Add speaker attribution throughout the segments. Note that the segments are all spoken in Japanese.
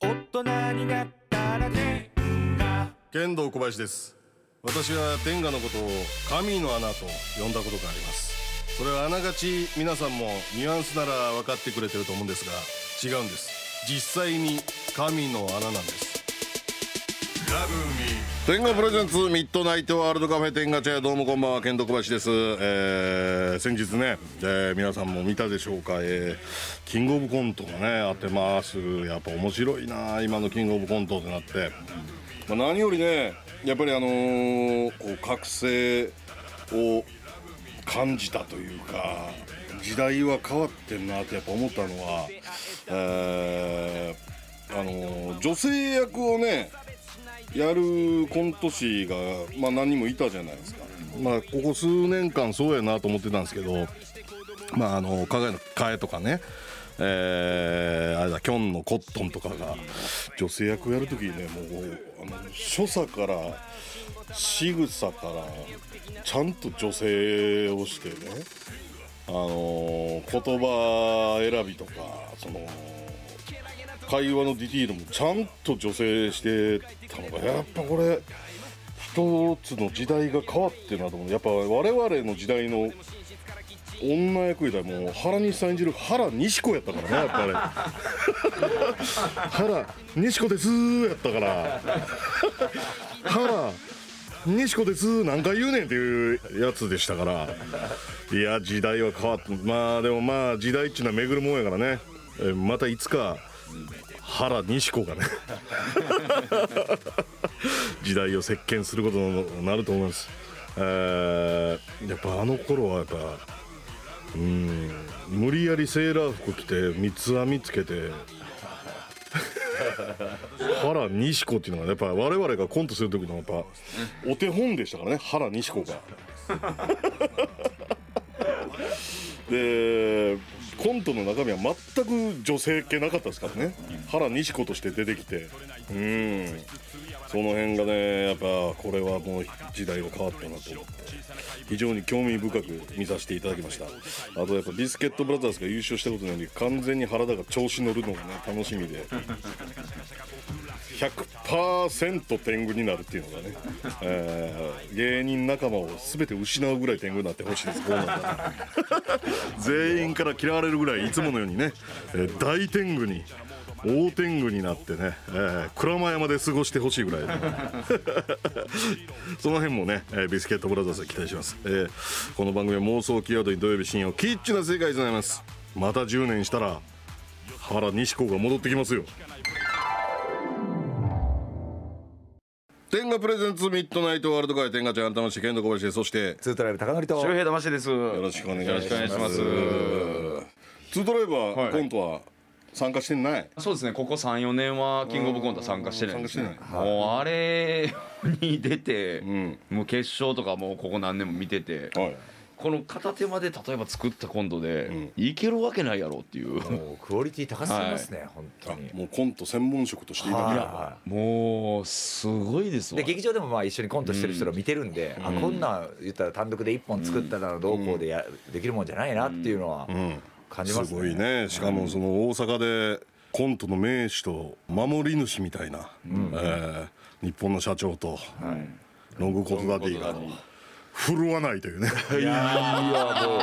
Speaker 1: 人になったらねが
Speaker 2: 剣道小林です私は天下のことを神の穴と呼んだことがありますそれはあながち皆さんもニュアンスなら分かってくれてると思うんですが違うんです実際に神の穴なんです天下プレゼンツミッドナイトワールドカフェ天下茶屋どうもこんばんは剣道小林です、えー、先日ね、えー皆さんも見たでしょうか、えーキングオブコントがねあってますやっぱ面白いな今のキングオブコントってなって、まあ、何よりねやっぱりあのーこう覚醒を感じたというか時代は変わってんなってやっぱ思ったのは、えーあのー女性役をねやるコント師が、まあ、何人もいたじゃないですか、まあ、ここ数年間そうやなと思ってたんですけど、まあ、あの加賀屋の加えとかねえーあれだキョンのコットンとかが女性役やる時にねもうあの所作から仕草からちゃんと女性をしてねあのー言葉選びとかその会話のディティールもちゃんと女性してたのがやっぱこれ一つの時代が変わってるなと思うやっぱ我々の時代の女役以外もう原西さん演じる原西子やったからねやっぱあれ原西子ですーやったから原西子ですー何回言うねんっていうやつでしたからいや時代は変わってまあでもまあ時代っちゅうのは巡るもんやからねえーまたいつか原西子がね時代を席巻することになると思います、えーやっぱあの頃はやっぱうん無理やりセーラー服着て三つ編みつけて原西子っていうのがやっぱ我々がコントする時のやっぱお手本でしたからね原西子が。 でコントの中身は全く女性系なかったですからね原西子として出てきてうんその辺がねやっぱこれはもう時代が変わったなと思って非常に興味深く見させていただきましたあとやっぱビスケットブラザーズが優勝したことにより完全に原田が調子乗るのがね楽しみで100%天狗になるっていうのがね、えー芸人仲間を全て失うぐらい天狗になってほしいですこうなったら全員から嫌われるぐらいいつものようにね、えー大天狗に大天狗になってね、えー鞍馬山で過ごしてほしいぐらい、ね、 その辺もね、えービスケットブラザーズ期待します、えーこの番組は妄想キーワードに土曜日深夜をキッチュな世界でございますまた10年したら原西子が戻ってきますよ天下プレゼンツミッドナイトワールドカイ天下ちゃん頭して剣道小林でそして
Speaker 3: ツートライブ高典と
Speaker 4: 周平魂です。
Speaker 2: よろしくお願いしま
Speaker 4: よろ
Speaker 2: す。
Speaker 4: しくお願いし
Speaker 2: ツードライバー、
Speaker 4: はい
Speaker 2: コントは参加してない。
Speaker 4: そうですね。ここ三四年はキングオブコントは参加してないんですね。
Speaker 2: 参加して
Speaker 4: もうあれに出て、
Speaker 2: ん
Speaker 4: もう決勝とかもうここ何年も見てて、
Speaker 2: はい。
Speaker 4: この片手まで例えば作ったコントで、いけるわけないやろっていう。
Speaker 3: もうクオリティ高すぎますね、本当に
Speaker 2: あもうコント専門職としていただければ。
Speaker 3: は
Speaker 4: もうすごいです
Speaker 3: い
Speaker 4: わ
Speaker 3: で。劇場でもまあ一緒にコントしてる人ら見てるんで、あこんなん言ったら単独で一本作ったらどうこうでや、できるもんじゃないなっていうのは感じますすね,、
Speaker 2: ごいね。しかもその大阪でコントの名手と守り主みたいな、えー日本の社長とロングコートダディが振るわないというね。
Speaker 3: いやも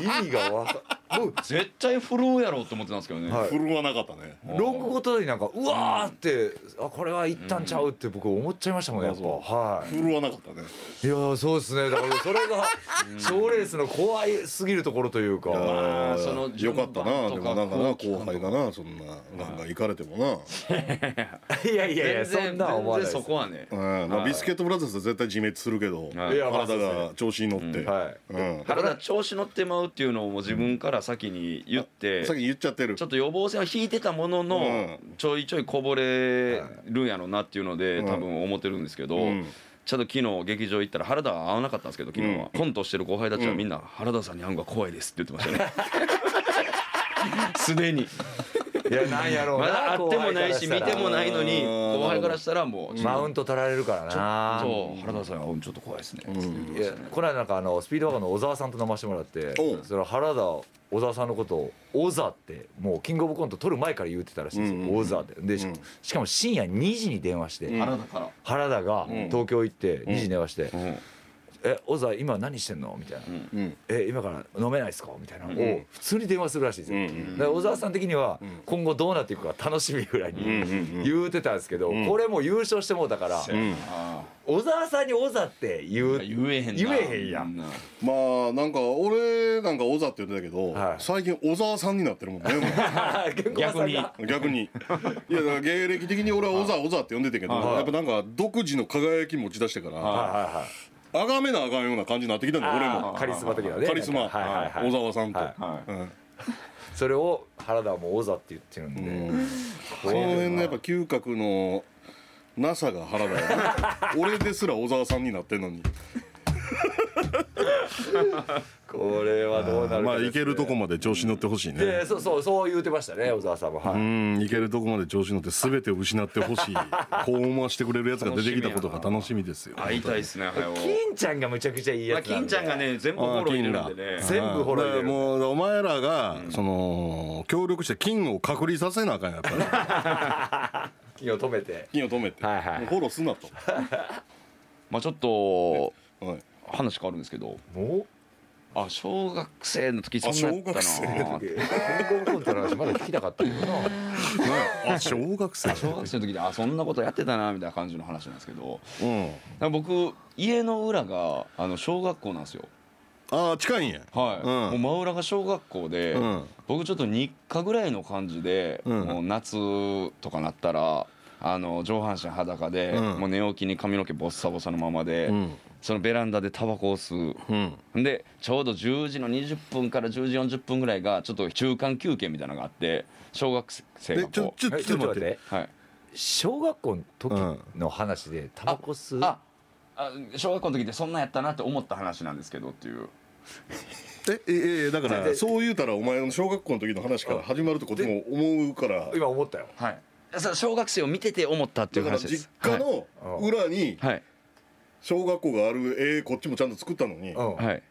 Speaker 3: うい意味がわか もう
Speaker 4: 絶対振るうやろうと思ってたんですけどね。
Speaker 3: はい
Speaker 2: 振るわなかったね。
Speaker 3: ロングごとになんかうわーってあこれは一旦ちゃうって僕思っちゃいましたもんねやっぱはい
Speaker 2: 振るわなかったね。
Speaker 3: いやーそうですねだからそれが賞レースの怖いすぎるところというか
Speaker 4: まあその
Speaker 2: よかったな。で
Speaker 4: 順
Speaker 2: も
Speaker 4: 番と
Speaker 2: なんかな
Speaker 4: こ
Speaker 2: 後
Speaker 4: う
Speaker 2: 輩がなそんなガンガン行かれてもな。
Speaker 3: いやいやいやそ
Speaker 4: 全然
Speaker 3: んなん思わない
Speaker 4: 全
Speaker 3: です
Speaker 4: 然そこはね。
Speaker 2: うんまあビスケットブラザーズは絶対自滅するけど、
Speaker 4: はい
Speaker 3: いやまあ
Speaker 2: 体が調子に乗って。
Speaker 3: はい
Speaker 2: うん
Speaker 4: 体調子乗ってまうっていうのをもう自分から先に言って、
Speaker 2: さっき言っちゃってる
Speaker 4: ちょっと予防線を引いてたものの、
Speaker 2: うん
Speaker 4: ちょいちょいこぼれるんやろうなっていうので、
Speaker 2: うん
Speaker 4: 多分思ってるんですけど、
Speaker 2: うん
Speaker 4: ちょっと昨日劇場行ったら原田は会わなかったんですけど昨日は、コントしてる後輩たちはみん な「原田さんに会うのが怖いです」って言ってましたね。すでに
Speaker 3: いやなんやろう
Speaker 4: ま
Speaker 3: な
Speaker 4: だ会ってもないし
Speaker 3: 後輩
Speaker 4: 見
Speaker 3: からしたら
Speaker 4: てもないのに
Speaker 2: うん
Speaker 4: 後輩からしたらもうちょっ
Speaker 3: マウント取られるから
Speaker 4: と
Speaker 3: な
Speaker 4: 原田さんはちょっと怖いですね
Speaker 3: いやこの間なんかあのスピードワゴンの小沢さんと飲ませてもらって
Speaker 2: おう
Speaker 3: その原田小沢さんのことを「小沢」ってもうキングオブコント撮る前から言ってたらしいんです
Speaker 2: う
Speaker 3: よ
Speaker 2: んう
Speaker 3: 「
Speaker 2: んうん
Speaker 3: 小沢」ってでししかも深夜2時に電話して、
Speaker 2: ん
Speaker 4: 原田から
Speaker 3: 原田が東京行って2時に電話して「
Speaker 4: うん
Speaker 3: え小沢今何してんの?」みたいな「
Speaker 4: ん
Speaker 2: うん
Speaker 3: え今から飲めないですか?」みたいなのを
Speaker 2: ん
Speaker 3: 普通に電話するらしいんですよ、
Speaker 2: うん
Speaker 3: だから小沢さん的には今後どうなっていくか楽しみぐらい
Speaker 2: うん
Speaker 3: に
Speaker 2: うん
Speaker 3: 言うてたんですけど、
Speaker 2: ん
Speaker 3: これもう優勝してもうだから、
Speaker 2: うん
Speaker 4: あ
Speaker 3: 小沢さんに「小沢」って言
Speaker 4: あ
Speaker 3: う
Speaker 4: 言えへんな
Speaker 3: 言えへんや ん
Speaker 4: う
Speaker 2: まあなんか俺なんか小沢って言ってたけど、
Speaker 3: はい
Speaker 2: 最近小沢さんになってるもんねも
Speaker 3: 逆に
Speaker 2: う逆にいやだから芸歴的に俺は小沢小沢って呼んでたけど、
Speaker 3: はい
Speaker 2: やっぱなんか独自の輝き持ち出してから、
Speaker 3: はいはいはい
Speaker 2: あがめなあかんような感じになってきたんだ俺も
Speaker 3: あーカリスマ的なね
Speaker 2: カリスマ、
Speaker 3: なんかはいはいはい
Speaker 2: 小沢さんと、
Speaker 3: はい
Speaker 4: はい
Speaker 2: うん
Speaker 3: それを原田はもう王座って言ってるんで、
Speaker 2: その辺のやっぱ嗅覚のなさが原 田やな俺ですら小沢さんになってんのに
Speaker 3: これはどうなるかですね
Speaker 2: まあいけるとこまで調子乗ってほしいね
Speaker 3: でそうそうそう言うてましたね小沢さんも、は
Speaker 2: う
Speaker 3: い
Speaker 2: んいけるとこまで調子乗って全てを失ってほしいこう思わしてくれるやつが出てきたことが楽しみですよ
Speaker 4: ん会いたいっすね早う
Speaker 3: 金ちゃんがむちゃくちゃいい
Speaker 4: まあ
Speaker 3: やつなん
Speaker 4: 金
Speaker 3: で、
Speaker 4: ちゃんがね全部フォロー入れるんでね
Speaker 3: 全部ほら
Speaker 2: だからもうお前らが、その協力して金を隔離させなあかんやっぱり
Speaker 3: 金を止めて
Speaker 2: 金を止めて、
Speaker 3: はいはい
Speaker 2: もうフォローすんなと、
Speaker 4: まあちょっと
Speaker 2: はい、
Speaker 4: 話変わるんですけど
Speaker 3: もう
Speaker 4: あ小学生の時そんなやった
Speaker 2: あ小学生
Speaker 4: な
Speaker 3: キングオブコントの話まだ聞きた かったけどな
Speaker 2: あ小学生
Speaker 4: 小学生の時にあそんなことやってたなみたいな感じの話なんですけど
Speaker 2: うん
Speaker 4: なんか僕家の裏があの小学校なんですよ
Speaker 2: ああ近いんや
Speaker 4: はい、
Speaker 2: うん
Speaker 4: もう真裏が小学校で、
Speaker 2: うん
Speaker 4: 僕ちょっと日課ぐらいの感じで、
Speaker 2: うん
Speaker 4: もう夏とかなったらあの上半身裸で、
Speaker 2: うん
Speaker 4: もう寝起きに髪の毛ボッサボサのままで、
Speaker 2: うん
Speaker 4: そのベランダでタバコを吸う
Speaker 2: うん
Speaker 4: でちょうど10時の20分から10時40分ぐらいがちょっと中間休憩みたいなのがあって小学生
Speaker 2: え
Speaker 4: が
Speaker 2: ちょ
Speaker 4: こ
Speaker 2: ちょ
Speaker 3: え
Speaker 2: ちょっと待って
Speaker 4: う、はい、
Speaker 3: て小学校の時の話でタバコ吸う、
Speaker 4: ああ小学校の時ってそんなんやったなって思った話なんですけどっていう
Speaker 2: えええだか
Speaker 3: 全
Speaker 2: ら
Speaker 3: 然
Speaker 2: そう言うたらお前の小学校の時の話から始まるとこでも思うから
Speaker 3: 今思ったよ
Speaker 4: はいそう小学生を見てて思ったってい
Speaker 2: だ
Speaker 4: う
Speaker 2: から
Speaker 4: 話です
Speaker 2: 実家の裏に
Speaker 4: はい、はい
Speaker 2: 小学校がある絵こっちもちゃんと作ったのに
Speaker 3: うん、
Speaker 4: はい。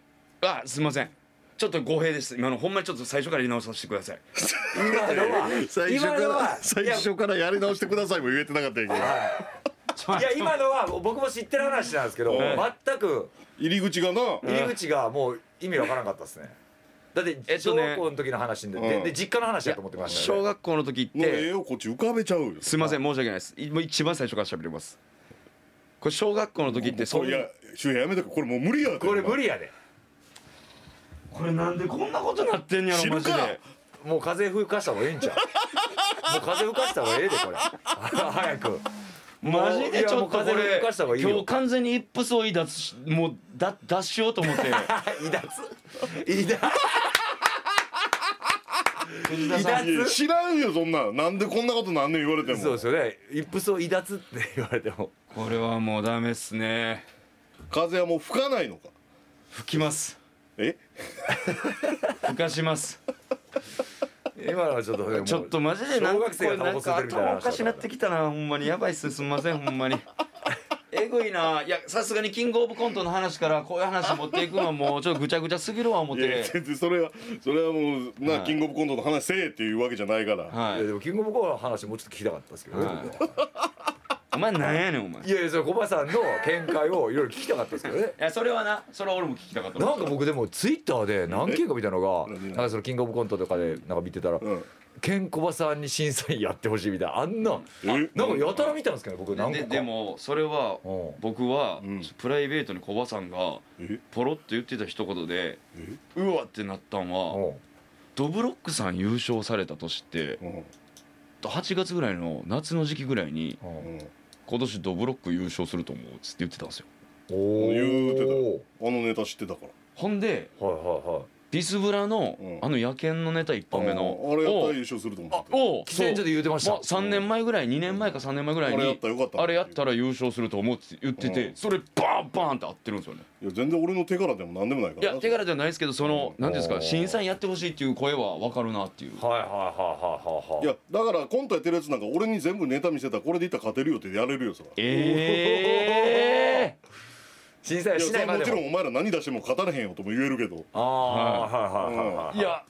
Speaker 4: あ、すみません。ちょっと語弊です。今のほんまにちょっと最初から言い直させてください。
Speaker 3: 今のは
Speaker 2: 最初か
Speaker 3: 今
Speaker 2: ら
Speaker 3: のは
Speaker 2: 最初からやり直してくださいも言えてなかったんやけど
Speaker 3: いや今のは僕も知ってる話なんですけど全く
Speaker 2: 入り口がな
Speaker 3: 入り口がもう意味わからんかったですねだって
Speaker 4: えっ
Speaker 3: 小
Speaker 4: とね
Speaker 3: 学校の時の話で,、
Speaker 2: うん
Speaker 3: でで実家の話だと思ってました
Speaker 4: 小
Speaker 3: よ、ね、
Speaker 4: 学校の時っ
Speaker 2: の絵
Speaker 4: て、
Speaker 2: をこっち浮かべちゃうよ
Speaker 4: すみません、申し訳ないです。いもう一番最初から喋ります。これ小学校の時ってそ
Speaker 2: こ
Speaker 4: う
Speaker 2: れ
Speaker 4: い
Speaker 2: や
Speaker 4: う。
Speaker 2: 周平やめとくこれもう無理や
Speaker 3: これ無理やで
Speaker 4: これなんでこんなことなってんや
Speaker 2: 知るか
Speaker 3: もう風吹かした方がええんちゃうもう風吹かした方がええでこれ 早く
Speaker 4: マジでちょっとこ
Speaker 3: いやもう風に
Speaker 4: れ
Speaker 3: 吹かした方がいいよ
Speaker 4: 今日完全にイップスを離脱しもうだ脱しようと思って
Speaker 3: 離脱 離脱
Speaker 4: 藤田さん
Speaker 2: いや知らんよそんなんなんでこんなことなんねん言われて
Speaker 3: そう
Speaker 2: も
Speaker 3: ですよね一夫そう離脱って言われても
Speaker 4: これはもうダメっすね
Speaker 2: 風はもう吹かないのか
Speaker 4: 吹きます
Speaker 2: え
Speaker 4: 吹かします
Speaker 3: 今のはちょっとねもう
Speaker 4: ちょっとマジでなん
Speaker 3: 小
Speaker 4: か
Speaker 3: 学
Speaker 4: こ
Speaker 3: 生
Speaker 4: れ
Speaker 3: がタ
Speaker 4: な
Speaker 3: バコ
Speaker 4: ん
Speaker 3: 吸
Speaker 4: か
Speaker 3: ってるみたいな
Speaker 4: 頭
Speaker 3: 話
Speaker 4: おかしなってきたなほんまにやばいっすすみませんほんま にえぐいないやさすがにキングオブコントの話からこういう話持っていくのはもうちょっとぐちゃぐちゃすぎるわ思っ
Speaker 2: いや
Speaker 4: て
Speaker 2: 全然それはそれはもうなキングオブコントの話せえっていうわけじゃないから
Speaker 4: はい
Speaker 3: や
Speaker 4: い
Speaker 3: でもキングオブコントの話もうちょっと聞きたかったですけどね、
Speaker 4: はいお前なんやねんお前い
Speaker 3: いやいやそれ小林さんの見解をいろいろ聞きたかったですけど ね
Speaker 4: やそれはなそれは俺も聞きたかった
Speaker 3: なんか僕でもツイッターで何件か見たのが
Speaker 2: え
Speaker 3: なんかそのキングオブコントとかでなんか見てたら
Speaker 2: うん
Speaker 3: ケンコバさんに審査員やってほしいみたいなあんな
Speaker 2: え
Speaker 3: なんかやたら見たんですけどね僕何個
Speaker 4: で
Speaker 3: か
Speaker 4: でもそれは
Speaker 3: うん
Speaker 4: 僕は
Speaker 2: うん
Speaker 4: プライベートにコバさんが
Speaker 2: え
Speaker 4: ポロッと言ってた一言で
Speaker 2: え
Speaker 4: うわってなったんは
Speaker 3: うん
Speaker 4: ドブロックさん優勝された年って
Speaker 2: うん
Speaker 4: 8月ぐらいの夏の時期ぐらいに
Speaker 3: う
Speaker 2: う
Speaker 3: ん
Speaker 2: ん
Speaker 4: 今年ドブロック優勝すると思うっつって言ってたんですよ
Speaker 3: お
Speaker 2: 言うてた
Speaker 3: ー
Speaker 2: あのネタ知ってたから
Speaker 4: ほんで
Speaker 3: はいは
Speaker 4: ビスブラの
Speaker 2: うん
Speaker 4: あの野犬のネタ一本目の
Speaker 2: あれやった
Speaker 4: を
Speaker 2: ら優勝すると思って
Speaker 4: おう
Speaker 3: 喫煙所で言うてました
Speaker 4: ま3年前ぐらい2年前か3年前ぐらいに
Speaker 2: あれやったらよかった
Speaker 4: あれやったら優勝すると思って言って
Speaker 2: う
Speaker 4: て
Speaker 2: ん
Speaker 4: それバーンバーンって合ってるんですよね
Speaker 2: いや全然俺の手柄でも何でもないか
Speaker 4: い
Speaker 2: ら
Speaker 4: や手柄じゃないですけどその何です
Speaker 3: お
Speaker 4: か
Speaker 3: ー
Speaker 4: 審査員やってほしいっていう声は分かるなっていう
Speaker 3: はいはいはいはいはい
Speaker 2: い
Speaker 3: は
Speaker 2: や
Speaker 3: い
Speaker 2: だからコントやってるやつなんか俺に全部ネタ見せたらこれでいったら勝てるよってやれるよそら
Speaker 4: ええ
Speaker 3: 審査
Speaker 2: いや
Speaker 3: はし
Speaker 2: それ
Speaker 3: ないま
Speaker 2: はも
Speaker 3: で
Speaker 2: ちろん
Speaker 3: も
Speaker 2: お前ら何出しても勝たれへんよとも言えるけど
Speaker 3: ああはいはいはいはい
Speaker 4: いや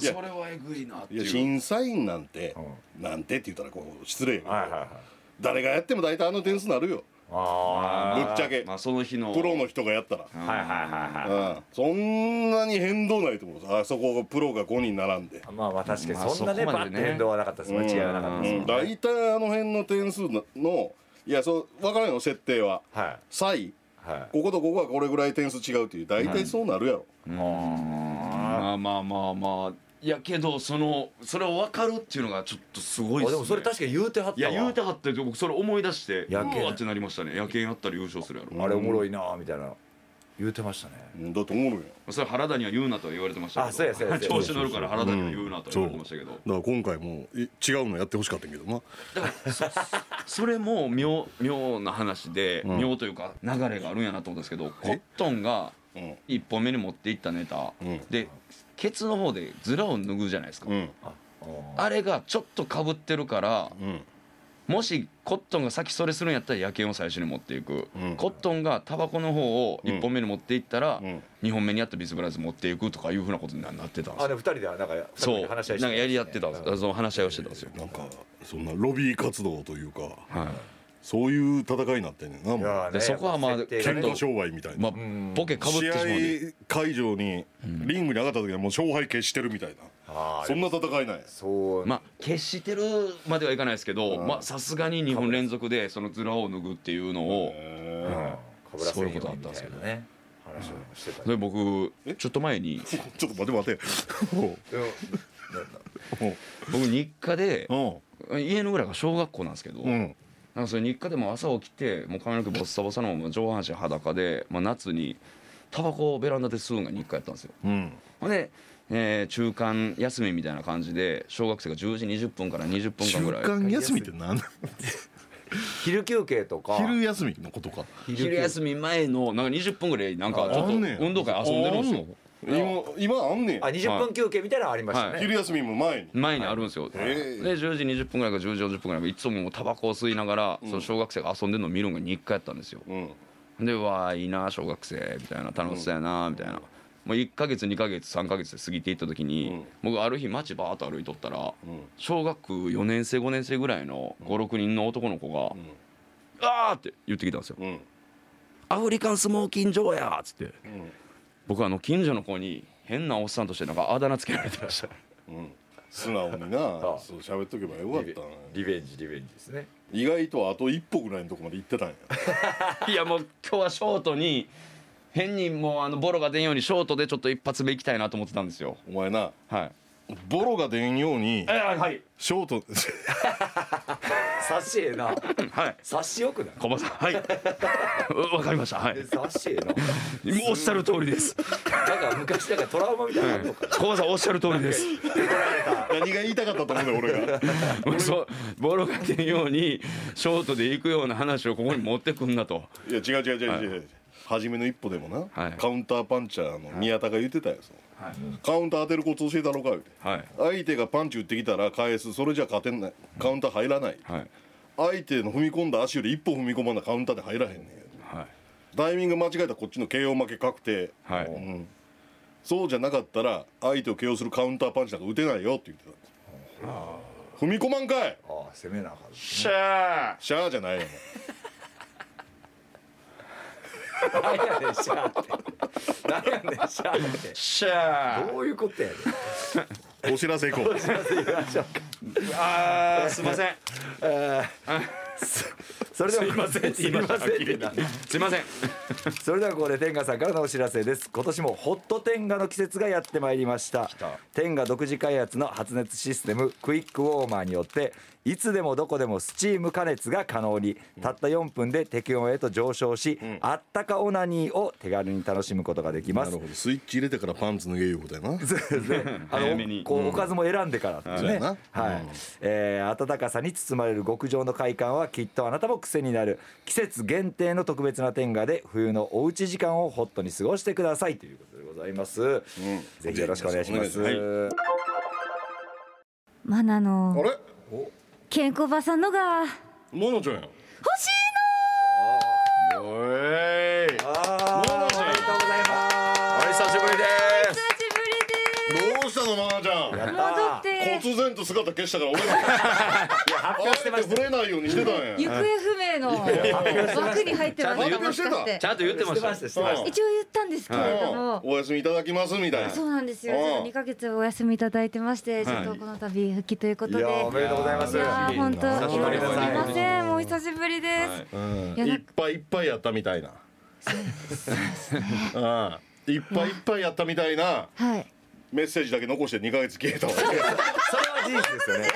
Speaker 2: いや
Speaker 4: それはえぐいなって
Speaker 2: いや
Speaker 4: いう
Speaker 2: 審査員なんて、なんてって言ったらこう失礼やけど、
Speaker 3: はいはいはい
Speaker 2: 誰がやっても大体あの点数なるよ
Speaker 3: あ
Speaker 2: ぶっちゃけ
Speaker 4: まあその日の
Speaker 2: プロの人がやったら、
Speaker 3: あはいはいはいは
Speaker 2: うん、そんなに変動ないと思うあそこがプロが5人並んで、
Speaker 3: いまあまあ確かにそんなね
Speaker 4: まあそこま
Speaker 3: バ
Speaker 4: で
Speaker 3: ッ
Speaker 4: ね
Speaker 3: て変動はなかったです間違いはなかったです
Speaker 2: うん、大体あの辺の点数ののいやそう分からんよ設定は
Speaker 3: は
Speaker 2: 差異
Speaker 3: いはい
Speaker 2: こことここはこれぐらい点数違うっていう大体そうなるやろ、
Speaker 4: まあまあまあまあいやけどそのそれを分かるっていうのがちょっとすごいっすね
Speaker 3: あでもそれ確かに言うては
Speaker 4: い
Speaker 3: った
Speaker 4: や
Speaker 3: わ
Speaker 4: 言うたかったけど僕それ思い出してう
Speaker 3: 野
Speaker 4: わ
Speaker 3: 犬
Speaker 4: ーってなりましたね野犬やったら優勝するやろ
Speaker 3: あれおもろいなぁみたいな言うてましたね
Speaker 2: うん、だと思うよ
Speaker 4: それ原田には言うなとは言われてましたけど
Speaker 3: あそうやそうやそうや
Speaker 4: 調子乗るから原田には言うなとは言われてましたけど、
Speaker 2: だから今回もい違うのやってほしかったんやけどな
Speaker 4: だからそそれも妙妙な話で、
Speaker 2: うん
Speaker 4: 妙というか流れがあるんやなと思うんですけどコ
Speaker 2: え
Speaker 4: ットンが
Speaker 2: うん
Speaker 4: 一本目に持っていったネタ、
Speaker 2: うん
Speaker 4: でケツの方でズラを脱ぐじゃないですか、
Speaker 2: うん
Speaker 3: あ
Speaker 4: あれがちょっとかぶってるから
Speaker 2: うん
Speaker 4: もしコットンが先それするんやったら野犬を最初に持っていく、
Speaker 2: うん
Speaker 4: コットンがタバコの方を1本目に持っていったら、
Speaker 2: うん
Speaker 4: 2本目にやったビスブラズ持っていくとかいうふうなことになってたんです
Speaker 3: あ
Speaker 4: よ
Speaker 3: でも二人でなんか
Speaker 4: そう
Speaker 3: 二人で話し合いして
Speaker 4: なんかやり合ってたんです
Speaker 3: うん
Speaker 4: その話し合いをしてたんですよ、
Speaker 2: なんかそんなロビー活動というか
Speaker 4: はい
Speaker 2: そういう戦いになってんねんないもう
Speaker 3: やー
Speaker 4: で
Speaker 3: ね
Speaker 4: そこはまあ
Speaker 3: やっぱ設定
Speaker 4: ちょっ
Speaker 3: が
Speaker 2: 喧
Speaker 3: ね
Speaker 4: と
Speaker 2: 嘩商売みたい
Speaker 4: ま
Speaker 2: な、
Speaker 4: あ
Speaker 3: ん
Speaker 4: ボケかぶってしまうんで
Speaker 2: 試合会場にリングに上がった時にはもう勝敗決してるみたいな、
Speaker 3: あー
Speaker 2: そんな戦いない
Speaker 3: そう
Speaker 4: まあ決してるまではいかないですけど
Speaker 2: うん
Speaker 4: まあさすがに2本連続でそのズラを脱ぐっていうのを
Speaker 3: うん
Speaker 2: え
Speaker 3: かぶらせるよう
Speaker 4: そういうこ
Speaker 3: に
Speaker 4: とあったんですけど
Speaker 3: みたいなね話をしてた
Speaker 4: それ僕ちょっと前に
Speaker 2: ー ちょっと待って待ても
Speaker 3: うん
Speaker 4: 僕日課で
Speaker 2: うも
Speaker 4: 家の裏が小学校なんですけど
Speaker 2: うう
Speaker 4: なん
Speaker 2: ん
Speaker 4: かそれ日課でも朝起きてもう髪の毛ボッサボサのまま上半身裸でまあ夏にタバコをベランダで吸うんが日課やったんですよ
Speaker 2: うん
Speaker 4: ほんでえー中間休みみたいな感じで小学生が10時20分から20分間ぐらい
Speaker 2: 間休みって何
Speaker 3: 昼休憩とか
Speaker 2: 昼休みのことか
Speaker 4: 昼休み前のなんか20分ぐらいなんかちょっ
Speaker 2: あ
Speaker 4: と
Speaker 2: んねや
Speaker 4: 運動会遊んでるんですよ
Speaker 2: 今今あんねん
Speaker 3: あ20分休憩みたいなのありました
Speaker 4: は
Speaker 3: ね
Speaker 2: 昼休みも前に
Speaker 4: 前にあるんですよ、で
Speaker 2: ええ
Speaker 4: 10時20分ぐらいか10時40分ぐらいかいつももうタバコを吸いながら、その小学生が遊んでるのを見るのが日課やったんですよ
Speaker 2: うん
Speaker 4: でうわあいいな小学生みたいな楽しそうやなみたいな、もう1ヶ月2ヶ月3ヶ月で過ぎていった時に、僕ある日街バーッと歩いとったら、
Speaker 2: うん
Speaker 4: 小学4年生5年生ぐらいの56人の男の子が
Speaker 2: ん
Speaker 4: 「あー!」って言ってきたんですよ
Speaker 2: うん
Speaker 4: 「アフリカンスモーキンジョーや!」っつって
Speaker 2: うん
Speaker 4: 僕あの近所の子に変なおっさんとしてなんかあだ名つけられてました
Speaker 2: うん素直に な
Speaker 3: あ
Speaker 2: そう喋っとけばよかったな
Speaker 3: リベンジリベンジですね
Speaker 2: 意外とあと一歩ぐらいのとこまで行って たんや
Speaker 4: いやもう今日はショートに変にもうあのボロが出んようにショートでちょっと一発目行きたいなと思ってたんですよ
Speaker 2: お前な
Speaker 4: はい
Speaker 2: ボロが出んように
Speaker 4: えはい
Speaker 2: ショート
Speaker 3: 察しええな
Speaker 4: はい
Speaker 3: 察しよくない
Speaker 4: 小林さんはいうわかりましたはいも
Speaker 3: 察しええな
Speaker 4: うおっしゃる通りです
Speaker 3: なんか昔なんかトラウマみたいなのあんのか
Speaker 4: 小林さんおっしゃる通りです
Speaker 2: 何が言いたかったと思うんだよ俺が
Speaker 4: そうボロが出んようにショートで行くような話をここに持ってくんなと
Speaker 2: いや違う違う違う違う、違う初めの一歩でもな、
Speaker 4: はい
Speaker 2: カウンターパンチャーの宮田が言ってたよ、そのカウンター当てるコツ教えたろか言うて
Speaker 4: はい
Speaker 2: 相手がパンチ打ってきたら返すそれじゃ勝てんないカウンター入らない、
Speaker 4: はい
Speaker 2: 相手の踏み込んだ足より一歩踏み込まなカウンターで入らへんねん
Speaker 4: はい
Speaker 2: タイミング間違えたらこっちの KO 負け確定
Speaker 4: は
Speaker 2: う
Speaker 4: い
Speaker 2: んそうじゃなかったら相手を KO するカウンターパンチなんか打てないよって言ってたんです踏み込まんかい
Speaker 3: ああ攻めなあかん
Speaker 4: しゃ
Speaker 2: シャーじゃないよ
Speaker 3: なんやねんしゃーってなんやねんしゃーって
Speaker 4: ーしゃ
Speaker 3: どういうことやねん
Speaker 2: お前お知らせ行こう
Speaker 4: あーすいません
Speaker 3: それではすいません
Speaker 4: すいません
Speaker 3: ってな
Speaker 4: すいません
Speaker 3: それではここで天賀さんからのお知らせです今年もホット天賀の季節がやってまいりました天賀独自開発の発熱システムクイックウォーマーによっていつでもどこでもスチーム加熱が可能にたった4分で適温へと上昇し、あったかオナニーを手軽に楽しむことができま
Speaker 2: な
Speaker 3: す
Speaker 2: るほどスイッチ入れてからパンツ脱げいうことやな
Speaker 3: そうですね。 あ
Speaker 4: 早めに
Speaker 3: の、こう、おかずも選んでからです
Speaker 2: そう
Speaker 3: ね。
Speaker 2: やな
Speaker 3: はい。えー暖かさに包まれる極上の快感は、きっとあなたも癖になる。季節限定の特別な天下で、冬のおうち時間をホットに過ごしてくださいということでございます。ぜひよろしくお願いします。
Speaker 2: お願いし
Speaker 5: マナ
Speaker 2: あ
Speaker 5: の
Speaker 2: れ
Speaker 5: 健康ばさんのが
Speaker 2: モノちゃんやん
Speaker 5: 欲しい
Speaker 2: おい
Speaker 3: あー
Speaker 2: モノちゃん
Speaker 3: おめでとうございま
Speaker 4: お久しぶりで
Speaker 5: の久しぶり
Speaker 2: どうしたのマナちゃん
Speaker 5: です戻って
Speaker 2: 突然と姿消したから俺ら
Speaker 3: す。いや、発
Speaker 2: あ
Speaker 3: 表してま
Speaker 2: えて
Speaker 3: した
Speaker 2: 触。れないようにしてたんや
Speaker 5: 行方不明の枠に入ってましたもしかし
Speaker 4: すちゃんと言ってました
Speaker 3: してまし
Speaker 5: 一応言ったんですけれども、
Speaker 2: うんお休みいただきますみたいな
Speaker 5: そうなんですよ。
Speaker 2: うん
Speaker 5: ちょっと二ヶ月お休みいただいてまして、ちょっとこの度復帰ということ
Speaker 3: た。い
Speaker 5: で。い
Speaker 3: や、おめでとうございます。
Speaker 5: やー本当
Speaker 4: 久
Speaker 5: す
Speaker 4: し
Speaker 5: み
Speaker 4: ぶ
Speaker 5: ま
Speaker 4: りです
Speaker 5: せん、もう久しぶりです。
Speaker 2: うん
Speaker 5: いや
Speaker 2: いっぱいいっぱいやったみたいなうんいっぱいいっぱいやったみたいな
Speaker 5: はい。
Speaker 2: メッセージだけ残して2ヶ月消えたわ
Speaker 3: それは事実ですよね。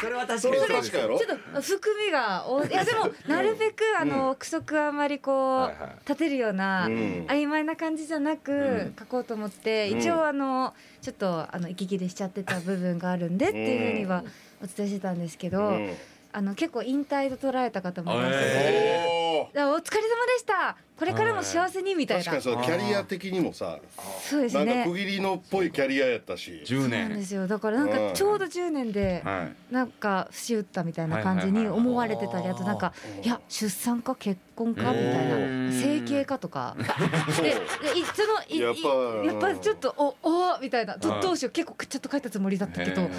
Speaker 3: それは確か
Speaker 2: そ
Speaker 3: に
Speaker 2: れ
Speaker 3: そ
Speaker 2: は
Speaker 3: うで
Speaker 2: 確
Speaker 3: す
Speaker 2: かやろ
Speaker 5: ちょっと含みが 多いいやでもなるべくあの憶測あまりこ
Speaker 3: はいはいう
Speaker 5: 立てるような
Speaker 2: うん
Speaker 5: 曖昧な感じじゃなく書こうと思って
Speaker 2: うん
Speaker 5: 一応あのちょっとあの息切れしちゃってた部分があるんでっていうふうにはお伝えしてたんですけど
Speaker 2: うん
Speaker 5: あの結構引退と捉えた方もいます
Speaker 4: え
Speaker 2: おー
Speaker 5: だからお疲れ様でしたこれからも幸せにみたい
Speaker 2: 確
Speaker 5: な
Speaker 2: かにそうキャリア的にもさ
Speaker 5: そうです
Speaker 2: なんか
Speaker 5: ね
Speaker 2: 区切りのっぽいキャリアやったし
Speaker 4: 10
Speaker 5: そうなんで
Speaker 4: 年
Speaker 5: すよだからなん
Speaker 2: うん
Speaker 5: かちょうど10年で
Speaker 4: はい
Speaker 5: なんか節打ったみたいな感じ
Speaker 4: はい
Speaker 5: に
Speaker 4: はいはい
Speaker 5: 思われてたりあとなんかいや出産か結婚かみ
Speaker 4: お
Speaker 5: たいな
Speaker 4: ー
Speaker 5: 整形かと かででいそのい
Speaker 2: やっぱ
Speaker 5: いやっぱちょっとおおーみたいなど
Speaker 4: はい
Speaker 5: どうしよう結構ちゃんと書いたつもりだったけど
Speaker 4: へ
Speaker 5: や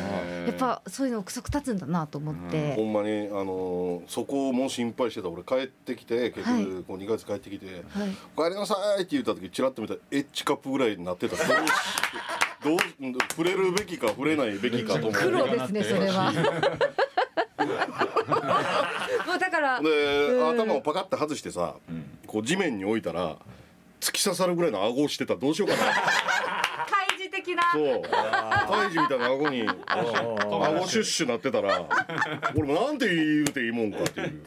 Speaker 4: ー
Speaker 5: っぱそういうの憶測立つんだなと思って
Speaker 2: ほんまにあのーそこも心配してた俺帰ってきて結
Speaker 5: はい
Speaker 2: 局こう2ヶ月帰ってきて
Speaker 5: はい
Speaker 2: 「お帰りなさい」って言った時チラッと見たらエッチカップぐらいになって たどうしどう触れるべきか触れないべきかと思って
Speaker 5: 苦労ですねそれは。もうだから
Speaker 2: で
Speaker 5: うん
Speaker 2: 頭をパカッて外してさこう地面に置いたら突き刺さるぐらいの顎をしてたらどうしようかな
Speaker 5: 開示的な
Speaker 2: そう胎児みたいな顎に顎シュッシュなってたら俺もなんて言うていいもんか っていう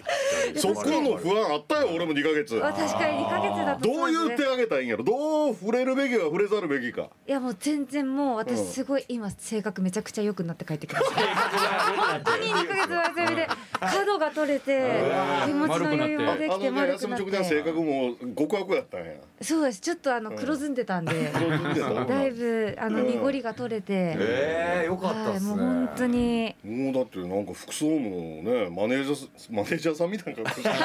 Speaker 2: そこの不安あったよ俺も2ヶ月
Speaker 5: あ確かに2ヶ月だと
Speaker 2: どう
Speaker 5: そ
Speaker 2: 言
Speaker 5: で
Speaker 2: って
Speaker 5: すね
Speaker 2: あげたらいいんやろどう触れるべきか触れざるべきか
Speaker 5: いやもう全然もう私
Speaker 2: うん
Speaker 5: すごい今性格めちゃくちゃ良くなって帰ってきました本当に2ヶ月の休みで角が取れて気持ちの余裕もで
Speaker 2: あ
Speaker 5: きて
Speaker 2: のね
Speaker 5: 丸
Speaker 2: 休
Speaker 5: く
Speaker 2: み
Speaker 5: なっ
Speaker 2: 直前性
Speaker 5: て
Speaker 2: 格も極悪やったんや
Speaker 5: そうですちょっとあの黒ずんでたんで
Speaker 2: どうするんですか
Speaker 5: だいぶあの濁りが取れて
Speaker 3: ええ、よかった
Speaker 5: は
Speaker 3: で
Speaker 5: い
Speaker 3: すね。
Speaker 5: もう本当に
Speaker 2: もうだってなんか服装もねマネージャーさマネージャーさんみたいな格好し て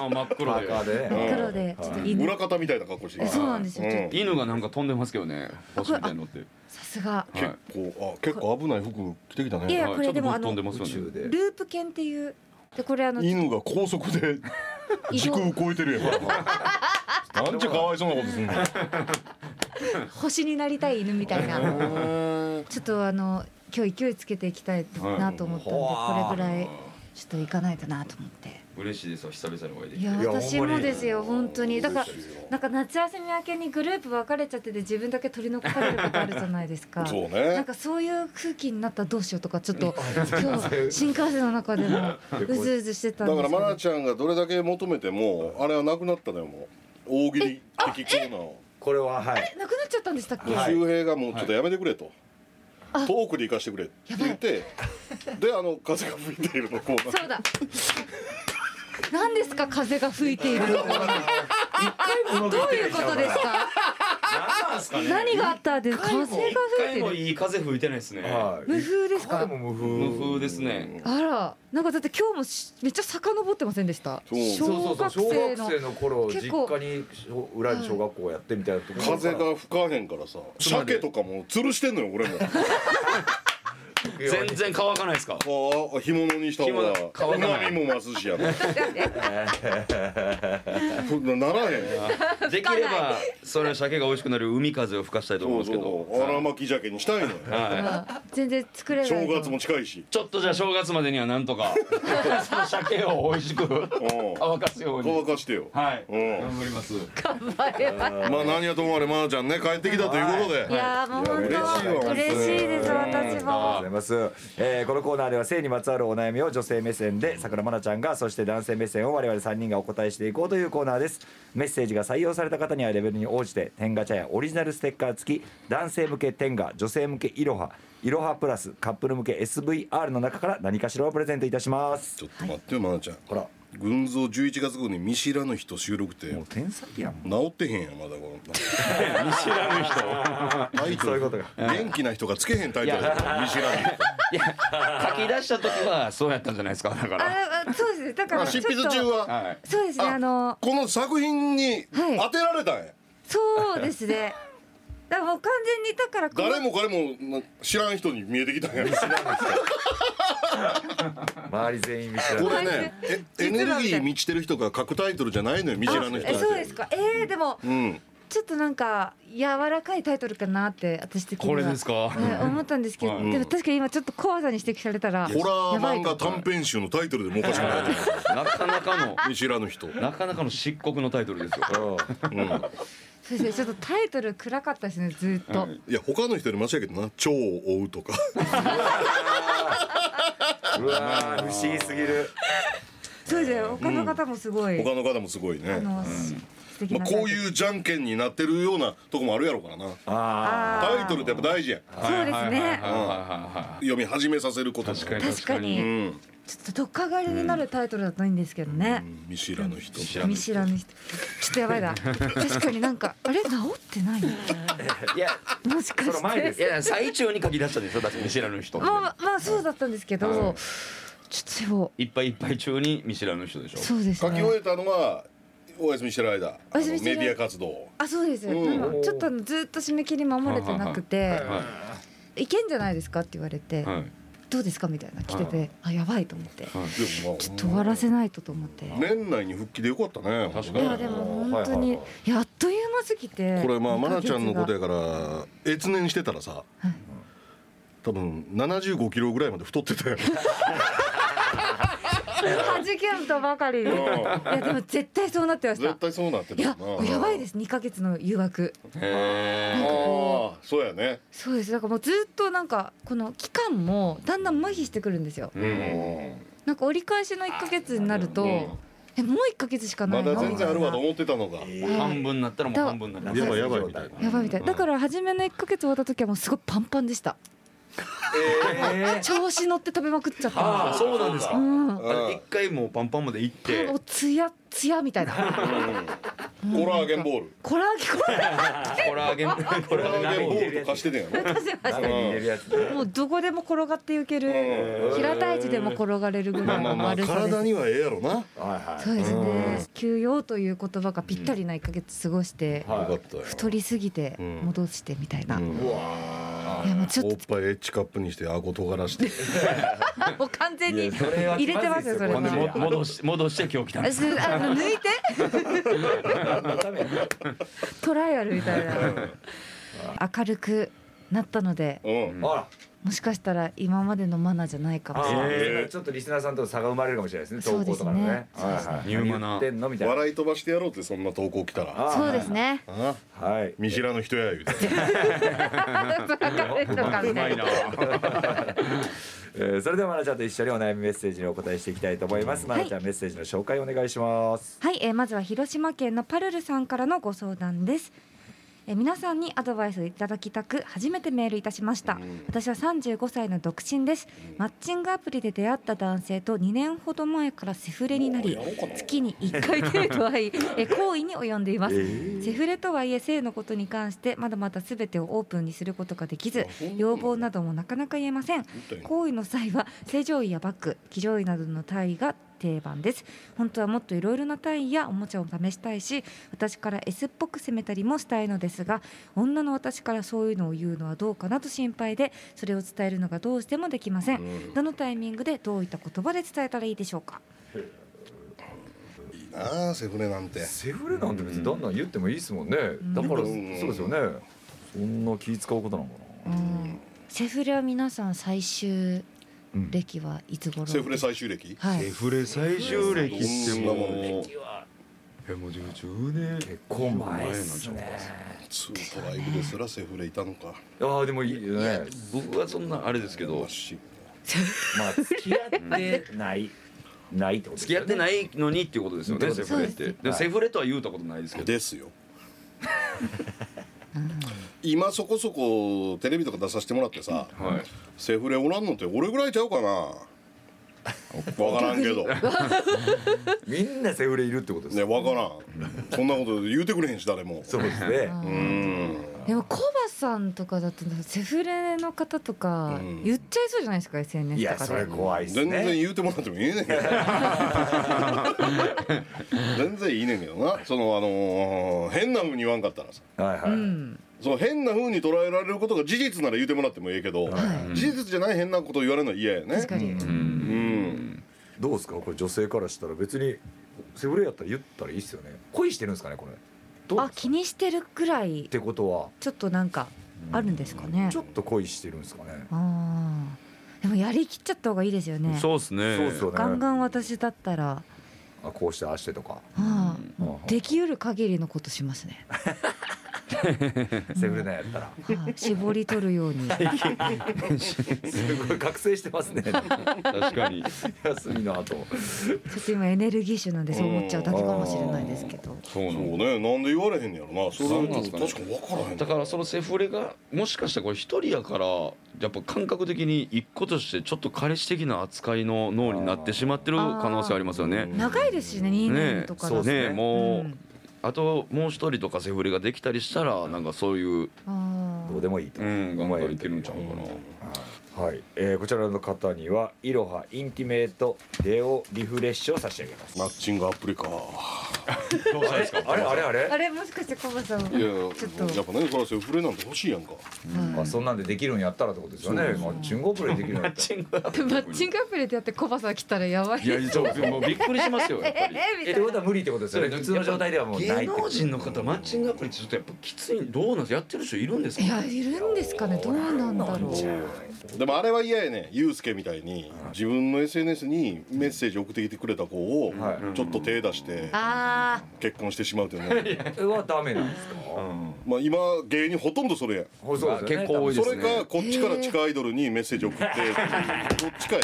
Speaker 4: あ真っ
Speaker 3: パ
Speaker 4: 黒
Speaker 3: ーカー
Speaker 4: で
Speaker 3: でね。
Speaker 5: 黒でちょっと犬
Speaker 2: 裏方みたいな格好して
Speaker 5: えそうなんですよちょっ
Speaker 2: うん
Speaker 4: 犬がなんか飛んでますけどね星みたいに乗って
Speaker 5: さすが
Speaker 4: はい
Speaker 2: 結構あ結構危ない服着てきた
Speaker 5: いや
Speaker 2: ね
Speaker 5: これでも
Speaker 4: はいちょっと飛んで
Speaker 3: 宇
Speaker 4: ますよ
Speaker 3: 宙
Speaker 4: ね
Speaker 5: ル
Speaker 3: で。
Speaker 5: ープ犬っていうでこれあの
Speaker 2: 犬が高速 で
Speaker 5: 移
Speaker 2: 時
Speaker 5: 動
Speaker 2: 空超えてるやん なんちゅうかわいそうなことすんの
Speaker 5: 星になりたい犬みたいな
Speaker 2: へ
Speaker 5: ちょっとあの今日勢いつけていきたいなと思ったんで、
Speaker 3: はい
Speaker 5: これぐらいちょっといかないとなと思って
Speaker 4: 嬉しいですわ久々にお会いで
Speaker 5: い
Speaker 4: きて
Speaker 5: や
Speaker 3: いや
Speaker 5: 私もですよ
Speaker 2: ほんまに
Speaker 5: 本当にだから
Speaker 2: そうですよ
Speaker 5: なんか夏休み明けにグループ別れちゃってて自分だけ取り残されることあるじゃないです か
Speaker 2: そう
Speaker 5: なん
Speaker 2: ね
Speaker 5: かそういう空気になったらどうしようとかちょ っと今日新幹線の中でもうずうずしてた
Speaker 2: だ
Speaker 5: ん
Speaker 2: か
Speaker 5: です
Speaker 2: ら
Speaker 5: けど
Speaker 2: マナちゃんがどれだけ求めてもあれはなくなったのよもう大喜利的コーナーを
Speaker 3: これははい。
Speaker 5: なくなっちゃったんでしたっけ、
Speaker 3: はい
Speaker 2: 周平がもうちょっとやめてくれと、
Speaker 5: あ
Speaker 2: トークで行かしてくれって言ってであの風が吹いているのコーナー
Speaker 5: そうだ何ですか風が吹いて いるのどういうことですか
Speaker 4: 何なんですかね
Speaker 5: 何があったんですか風が吹
Speaker 4: 一回
Speaker 5: いて
Speaker 4: も
Speaker 5: る
Speaker 4: いい風吹いてないですね
Speaker 3: はい。
Speaker 5: 無風ですか
Speaker 3: 一回も無風。
Speaker 4: 無風ですね
Speaker 5: あらなんかだって今日もしめっちゃ遡ってませんでした
Speaker 2: そう
Speaker 5: 小学
Speaker 3: 小
Speaker 5: 生
Speaker 3: 学
Speaker 5: の
Speaker 3: 生の頃実
Speaker 5: 結構
Speaker 3: 家に小裏に小学校やってみたいなところ
Speaker 2: 風が吹かへんからさ鮭とかも吊るしてんのよ俺も
Speaker 4: 全然乾かないですか
Speaker 2: ああ干物にした方が
Speaker 4: 干物乾かない
Speaker 2: 旨味も増すしやなそんなならへん
Speaker 4: できればそれは鮭が美味しくなる海風を吹かしたいと思うん
Speaker 2: そう
Speaker 4: ですけ
Speaker 2: そ
Speaker 4: ど
Speaker 2: う荒巻き鮭にしたいのよ
Speaker 4: は
Speaker 5: あ全然作れない
Speaker 2: 正月も近いし
Speaker 4: いちょっとじゃあ正月までにはなんとかその鮭を美味しく
Speaker 2: うん
Speaker 4: 乾かすように
Speaker 2: 乾かしてよ
Speaker 4: はい
Speaker 2: うん
Speaker 4: 頑張ります
Speaker 5: 頑張れば
Speaker 2: まあ何やともあれ愛菜ちゃんね帰ってきたということで
Speaker 5: いやーもう
Speaker 2: いや嬉しいわ
Speaker 5: 本当嬉しいです私も
Speaker 3: ありがとうございます、えーこのコーナーでは性にまつわるお悩みを女性目線で桜愛菜ちゃんがそして男性目線を我々3人がお答えしていこうというコーナーですメッセージが採用された方にはレベルに応じて天ガチャやオリジナルステッカー付き男性向け天ガ女性向けいろはいろはプラスカップル向け SVR の中から何かしらをプレゼントいたします
Speaker 2: ちょっと待ってよ愛菜ちゃん
Speaker 3: ほら
Speaker 2: 群像11月号に見知らぬ人収録って
Speaker 3: もう天才やん
Speaker 2: 治ってへんやまだこ の見知らぬ人
Speaker 3: そういうことが
Speaker 2: 元気な人がつけへんタイトル見知ら ぬ
Speaker 4: いや書き出した時はそうやったんじゃないですかだから
Speaker 5: ああそうですねだから
Speaker 2: あ
Speaker 5: ちょ
Speaker 2: 執
Speaker 5: っと
Speaker 2: 筆中は
Speaker 4: はい
Speaker 5: そうですね
Speaker 2: あ
Speaker 5: あの
Speaker 2: この作品に
Speaker 5: はい
Speaker 2: 当てられたんや
Speaker 5: そうですねだからもう完全にだからこの
Speaker 2: 誰も彼もな知らん人に見えてきたん や
Speaker 3: 周り全員見知 ら
Speaker 2: こ
Speaker 3: ない
Speaker 2: れねえエネルギー満ちてる人が書くタイトルじゃないのよ見知らぬ人なん
Speaker 5: あ
Speaker 2: て
Speaker 5: そうですかえー、でも
Speaker 2: うん
Speaker 5: ちょっとなんか柔らかいタイトルかなって私的には
Speaker 4: これですか
Speaker 5: はい思ったんですけど、
Speaker 2: うん
Speaker 5: でも確かに今ちょっと怖さに指摘されたら
Speaker 2: ホラー
Speaker 5: やばい
Speaker 2: 漫画
Speaker 5: と
Speaker 2: 短編集のタイトルでもおかしくない と思
Speaker 4: なかなかの
Speaker 2: う見知らぬ人うん
Speaker 4: なかなかの漆黒のタイトルですよ
Speaker 5: そうですねちょっとタイトル暗かったですねずーっと、
Speaker 2: いや他の人よりマシやけどな「蝶を追う」とか
Speaker 3: うわー不思議すぎる
Speaker 5: そうですね他の方もすごい、
Speaker 2: 他の方もすごいね
Speaker 5: あの、素敵
Speaker 2: ま
Speaker 5: な
Speaker 2: あ、
Speaker 5: タイトル、
Speaker 2: こういうじゃんけんになってるようなとこもあるやろうからな
Speaker 3: あ
Speaker 5: あー
Speaker 2: タイトルってやっぱ大事やん
Speaker 5: そうですね
Speaker 4: はいはいはいはいはい
Speaker 2: 読み始めさせることも
Speaker 4: 確かに
Speaker 5: 確かに
Speaker 2: う
Speaker 4: 確
Speaker 2: ん、
Speaker 5: ちょっとどっか狩りになるタイトルだといいんですけどね、
Speaker 2: 見知らぬ人
Speaker 5: 見知らぬ人ちょっとやばいな確かになんかあれ治ってない
Speaker 4: いや
Speaker 5: もしか
Speaker 3: その前で
Speaker 5: し
Speaker 3: す
Speaker 4: い
Speaker 5: て
Speaker 4: や最中に書き出したでしょだって見知らぬ人って
Speaker 5: まあまあまあそうだったんですけど、ちょっとでも
Speaker 4: いっぱいいっぱい中に見知らぬ人でしょ
Speaker 5: そうです
Speaker 2: 書き
Speaker 5: ね
Speaker 2: 終えたのはお休みしてる間
Speaker 5: お休みしてる
Speaker 2: あのメディア活動
Speaker 5: あそうです、
Speaker 2: うん
Speaker 5: なんかちょっとあのずっと締め切り守れてなくて
Speaker 4: はい
Speaker 5: 「いけんじゃないですか?」って言われて
Speaker 4: はい
Speaker 5: 「どうですか?」みたいな来ててあやばいと思ってちょ
Speaker 2: でも
Speaker 5: っと終わらせないとと思ってい
Speaker 2: まあ年内に復帰でよかったね
Speaker 4: 確かに
Speaker 5: やでも本当にやっという間すぎて
Speaker 2: これまあ
Speaker 5: 二
Speaker 2: 愛
Speaker 5: ヶ
Speaker 2: 菜
Speaker 5: 月
Speaker 2: ちゃんのこと
Speaker 5: が
Speaker 2: やから越年してたらさ、多分75キロぐらいまで太ってたよ
Speaker 5: はじけんとばかりいやでも絶対そうなってまし
Speaker 2: 絶
Speaker 5: た
Speaker 2: 対そうなって
Speaker 5: い
Speaker 2: た
Speaker 5: や
Speaker 2: よな
Speaker 5: やばいです2ヶ月の誘惑
Speaker 4: へ
Speaker 2: ああそうやね
Speaker 5: そうですだからもうずっとなんかこの期間もだんだん麻痺してくるんですよ
Speaker 2: うん
Speaker 5: なんか折り返しの1ヶ月になるとえもう1ヶ月しかな
Speaker 2: ま
Speaker 5: いの
Speaker 2: だ全然あるわと
Speaker 5: み
Speaker 2: 思ってたのが
Speaker 5: たい
Speaker 4: え
Speaker 5: なはい
Speaker 4: 半分になったらもう半分になった
Speaker 2: やばいやばいみたいな
Speaker 5: やばいみたいだから初めの1ヶ月終わった時はもうすごいパンパンでした調子乗って食べまくっちゃっ
Speaker 4: ああ
Speaker 5: た
Speaker 4: そうなんですか
Speaker 5: うんも
Speaker 4: あれ一回もうパンパンまで行 って
Speaker 5: うツヤツヤみたいな
Speaker 2: コラーゲンボール
Speaker 5: コラーゲンコラー
Speaker 4: コラー ゲンコ
Speaker 2: コラーゲンボールと
Speaker 3: か
Speaker 2: 貸してたや ろ
Speaker 5: ゲン出しました
Speaker 3: 中に入れるやつ
Speaker 5: もうどこでも転がっていけ
Speaker 2: う
Speaker 5: る平たい地でも転がれるぐらい
Speaker 2: まあ
Speaker 5: の
Speaker 2: まあ
Speaker 5: 丸さです
Speaker 2: 体にはええやろなよ
Speaker 3: はいはい
Speaker 5: そうですね休養という言葉がぴったりな1ヶ月過ごして
Speaker 3: はい
Speaker 2: かったよ
Speaker 5: 太りすぎて戻してみたいな、いやもうちょっ
Speaker 2: おっぱいエッチカップにして顎尖らして
Speaker 5: ともう完全に
Speaker 3: いやそれは
Speaker 5: 入れてますよそれ
Speaker 3: まず
Speaker 5: は
Speaker 3: いですよ
Speaker 4: も戻して戻して今日来たんです
Speaker 5: すあの抜いてトライアルみたいな明るくなったので
Speaker 2: うん
Speaker 3: あら
Speaker 5: もしかしたら今までのマナーじゃないかもしれない
Speaker 3: あ
Speaker 4: えー
Speaker 3: ーちょっとリスナーさんとの差が生まれるかもしれないですね
Speaker 5: そ
Speaker 3: 投
Speaker 5: うで
Speaker 3: 稿
Speaker 5: す
Speaker 3: と
Speaker 5: ね
Speaker 3: かのね
Speaker 5: そ
Speaker 3: は
Speaker 5: うですね
Speaker 3: いはい
Speaker 4: ニューマナ
Speaker 3: 何言ってんのみたいな
Speaker 2: 笑い飛ばしてやろうってそんな投稿来たら
Speaker 3: あー
Speaker 5: そうです ね
Speaker 2: あ
Speaker 3: はい
Speaker 2: 見知らぬ人や言うて
Speaker 5: 明るいとかみたいな
Speaker 3: えーそれではまなちゃんと一緒にお悩みメッセージにお答えしていきたいと思いますまなちゃんメッセージの紹介お願いします
Speaker 5: はい、えーまずは広島県のパルルさんからのご相談です。えー皆さんにアドバイスをいただきたく初めてメールいたしました、私は35歳の独身です、マッチングアプリで出会った男性と2年ほど前からセフレになり月に1回程度会いえー行為に及んでいます、セフレとはいえ性のことに関してまだまだ全てをオープンにすることができず要望などもなかなか言えません
Speaker 2: 当に
Speaker 5: 行為の際は正常位やバッグ騎乗位などの体位が定番です本当はもっといろいろな体位やおもちゃを試したいし私から S っぽく攻めたりもしたいのですが女の私からそういうのを言うのはどうかなと心配でそれを伝えるのがどうしてもできません、どのタイミングでどういった言葉で伝えたらいいでしょうか
Speaker 2: いいなあセフレなんて
Speaker 3: セフレなんて別にどんどん言ってもいいですもんねだからそうですよねそんな気使うことなのかな
Speaker 5: セフレは皆さん最終歴はいつ頃
Speaker 2: セフレ最終歴
Speaker 5: はい
Speaker 4: セフレ最終歴ってもうえもう10年
Speaker 3: 結構前ですね
Speaker 2: ツーとライブですらセフレいたのか
Speaker 3: ああでもいいよね
Speaker 4: 僕はそんなあれですけど
Speaker 2: マシ
Speaker 3: ま あ付き合ってないないってこと
Speaker 4: 付き合って
Speaker 3: い
Speaker 4: ないのにっていうことですよねセフレって
Speaker 5: そう
Speaker 4: で
Speaker 5: です
Speaker 4: もセフレとは言うたことないですけど
Speaker 2: ですよ 今そこそこテレビとか出させてもらってさ
Speaker 4: はい
Speaker 2: セフレおらんのって俺ぐらいちゃうかな分からんけど
Speaker 3: みんなセフレいるってことです
Speaker 2: ね
Speaker 3: よ
Speaker 2: 分からんこんなこと言うてくれへんし誰も
Speaker 3: そうですね
Speaker 2: うん
Speaker 5: でもコバさんとかだとセフレの方とか
Speaker 2: うん
Speaker 5: 言っちゃいそうじゃないですか、
Speaker 3: い
Speaker 5: SNS
Speaker 3: や
Speaker 5: とか
Speaker 3: それ
Speaker 5: で
Speaker 3: 怖いですね
Speaker 2: 全然言うてもらってもいいねんけど全然いいねんけどなそのあのー変な風に言わんかったらさ
Speaker 3: はいは
Speaker 5: う
Speaker 3: い、
Speaker 5: ん
Speaker 2: その変な風に捉えられることが事実なら言うてもらってもいいけど、
Speaker 5: は
Speaker 2: 事実じゃない変なこと言われるのは嫌やね
Speaker 5: 確かに、
Speaker 4: うん
Speaker 2: うん
Speaker 3: どうですかこれ女性からしたら別にセフレやったら言ったらいいですよね恋してるんですかねこれどうなん
Speaker 5: あ
Speaker 3: ですか
Speaker 5: 気にしてるくらい
Speaker 3: ってことは
Speaker 5: ちょっとなんかあるんですかね
Speaker 3: ちょっと恋してるんですかね
Speaker 5: あーでもやりきっちゃった方がいいですよね
Speaker 4: そうですね
Speaker 3: そうっすよね
Speaker 5: ガンガン私だったら、は
Speaker 3: あこうしてああしてとか
Speaker 5: あ
Speaker 3: うん
Speaker 5: もうできうる限りのことしますね、
Speaker 3: セフレなんやったら
Speaker 5: はあ絞り取るように
Speaker 3: すごい覚醒してます ね
Speaker 4: 確かに
Speaker 3: 休みの後
Speaker 5: ちょっと今エネルギッシュなんでそう思っちゃうだけかもしれないですけど
Speaker 4: そうな
Speaker 2: そう
Speaker 4: んだ
Speaker 2: ねなんで言われへんねやろなそれ
Speaker 4: そう
Speaker 2: は
Speaker 4: なんす
Speaker 2: 確
Speaker 4: か
Speaker 2: か
Speaker 4: ね
Speaker 2: に分からへん
Speaker 4: だからそのセフレがもしかしたらこれ一人やからやっぱ感覚的に一個としてちょっと彼氏的な扱いの脳になってしまってる可能性ありますよね。
Speaker 5: 長いですしね2
Speaker 4: ね
Speaker 5: 年とか
Speaker 4: そ
Speaker 5: だ
Speaker 4: う
Speaker 5: と
Speaker 4: ねもう、
Speaker 5: うん
Speaker 4: あともう一人とかセフレができたりしたらなんかそういう、
Speaker 5: あ
Speaker 3: どうでもいいと、
Speaker 4: うん、頑
Speaker 3: 思え
Speaker 4: 張
Speaker 3: る
Speaker 4: り
Speaker 3: と
Speaker 4: て
Speaker 3: い
Speaker 4: る
Speaker 3: うん
Speaker 4: ちゃうかな。
Speaker 3: はい、えーこちらの方にはイロハインティメイトデオリフレッシュを差し上げます
Speaker 2: マッチングアプリか
Speaker 4: どうしたんですか
Speaker 3: あれあれあ
Speaker 5: ああ
Speaker 3: れ
Speaker 5: れもしかしてコバさん
Speaker 2: いや
Speaker 5: は
Speaker 2: やっ
Speaker 5: ちょっと
Speaker 2: ぱねそらセフレなんて欲しいやんか
Speaker 3: あそんなんでできるんやったらってことですよねマッ チングアプリできるんやったら
Speaker 4: チングア
Speaker 5: いマッチングアプリでやってコバさん来たらやばい
Speaker 4: いやそうもうびっくりしますよやっぱり。
Speaker 5: えみ
Speaker 3: え
Speaker 5: た
Speaker 3: って
Speaker 5: い
Speaker 3: こと
Speaker 5: な
Speaker 3: は無理ってことですよね普通の状態ではもうない
Speaker 4: 芸能人の方マッチングアプリってちょっとやっぱきついどうなんですかやってる人いるんですか
Speaker 5: いやいるんですかねどうなんだろう
Speaker 2: でもあれは嫌やねユうスケみたいに自分の SNS にメッセージ送ってきてくれた子を
Speaker 3: はい
Speaker 2: ちょっと手出して
Speaker 5: あ
Speaker 2: 結婚してしまうというね
Speaker 3: それはダメなんですか
Speaker 2: まあ今芸人ほとんどそれや
Speaker 3: そうですよね
Speaker 4: 結構多いで
Speaker 2: そ
Speaker 4: す
Speaker 2: れ
Speaker 4: ね。
Speaker 2: かこっちから地下アイドルにメッセージ送ってっていうどっちかやん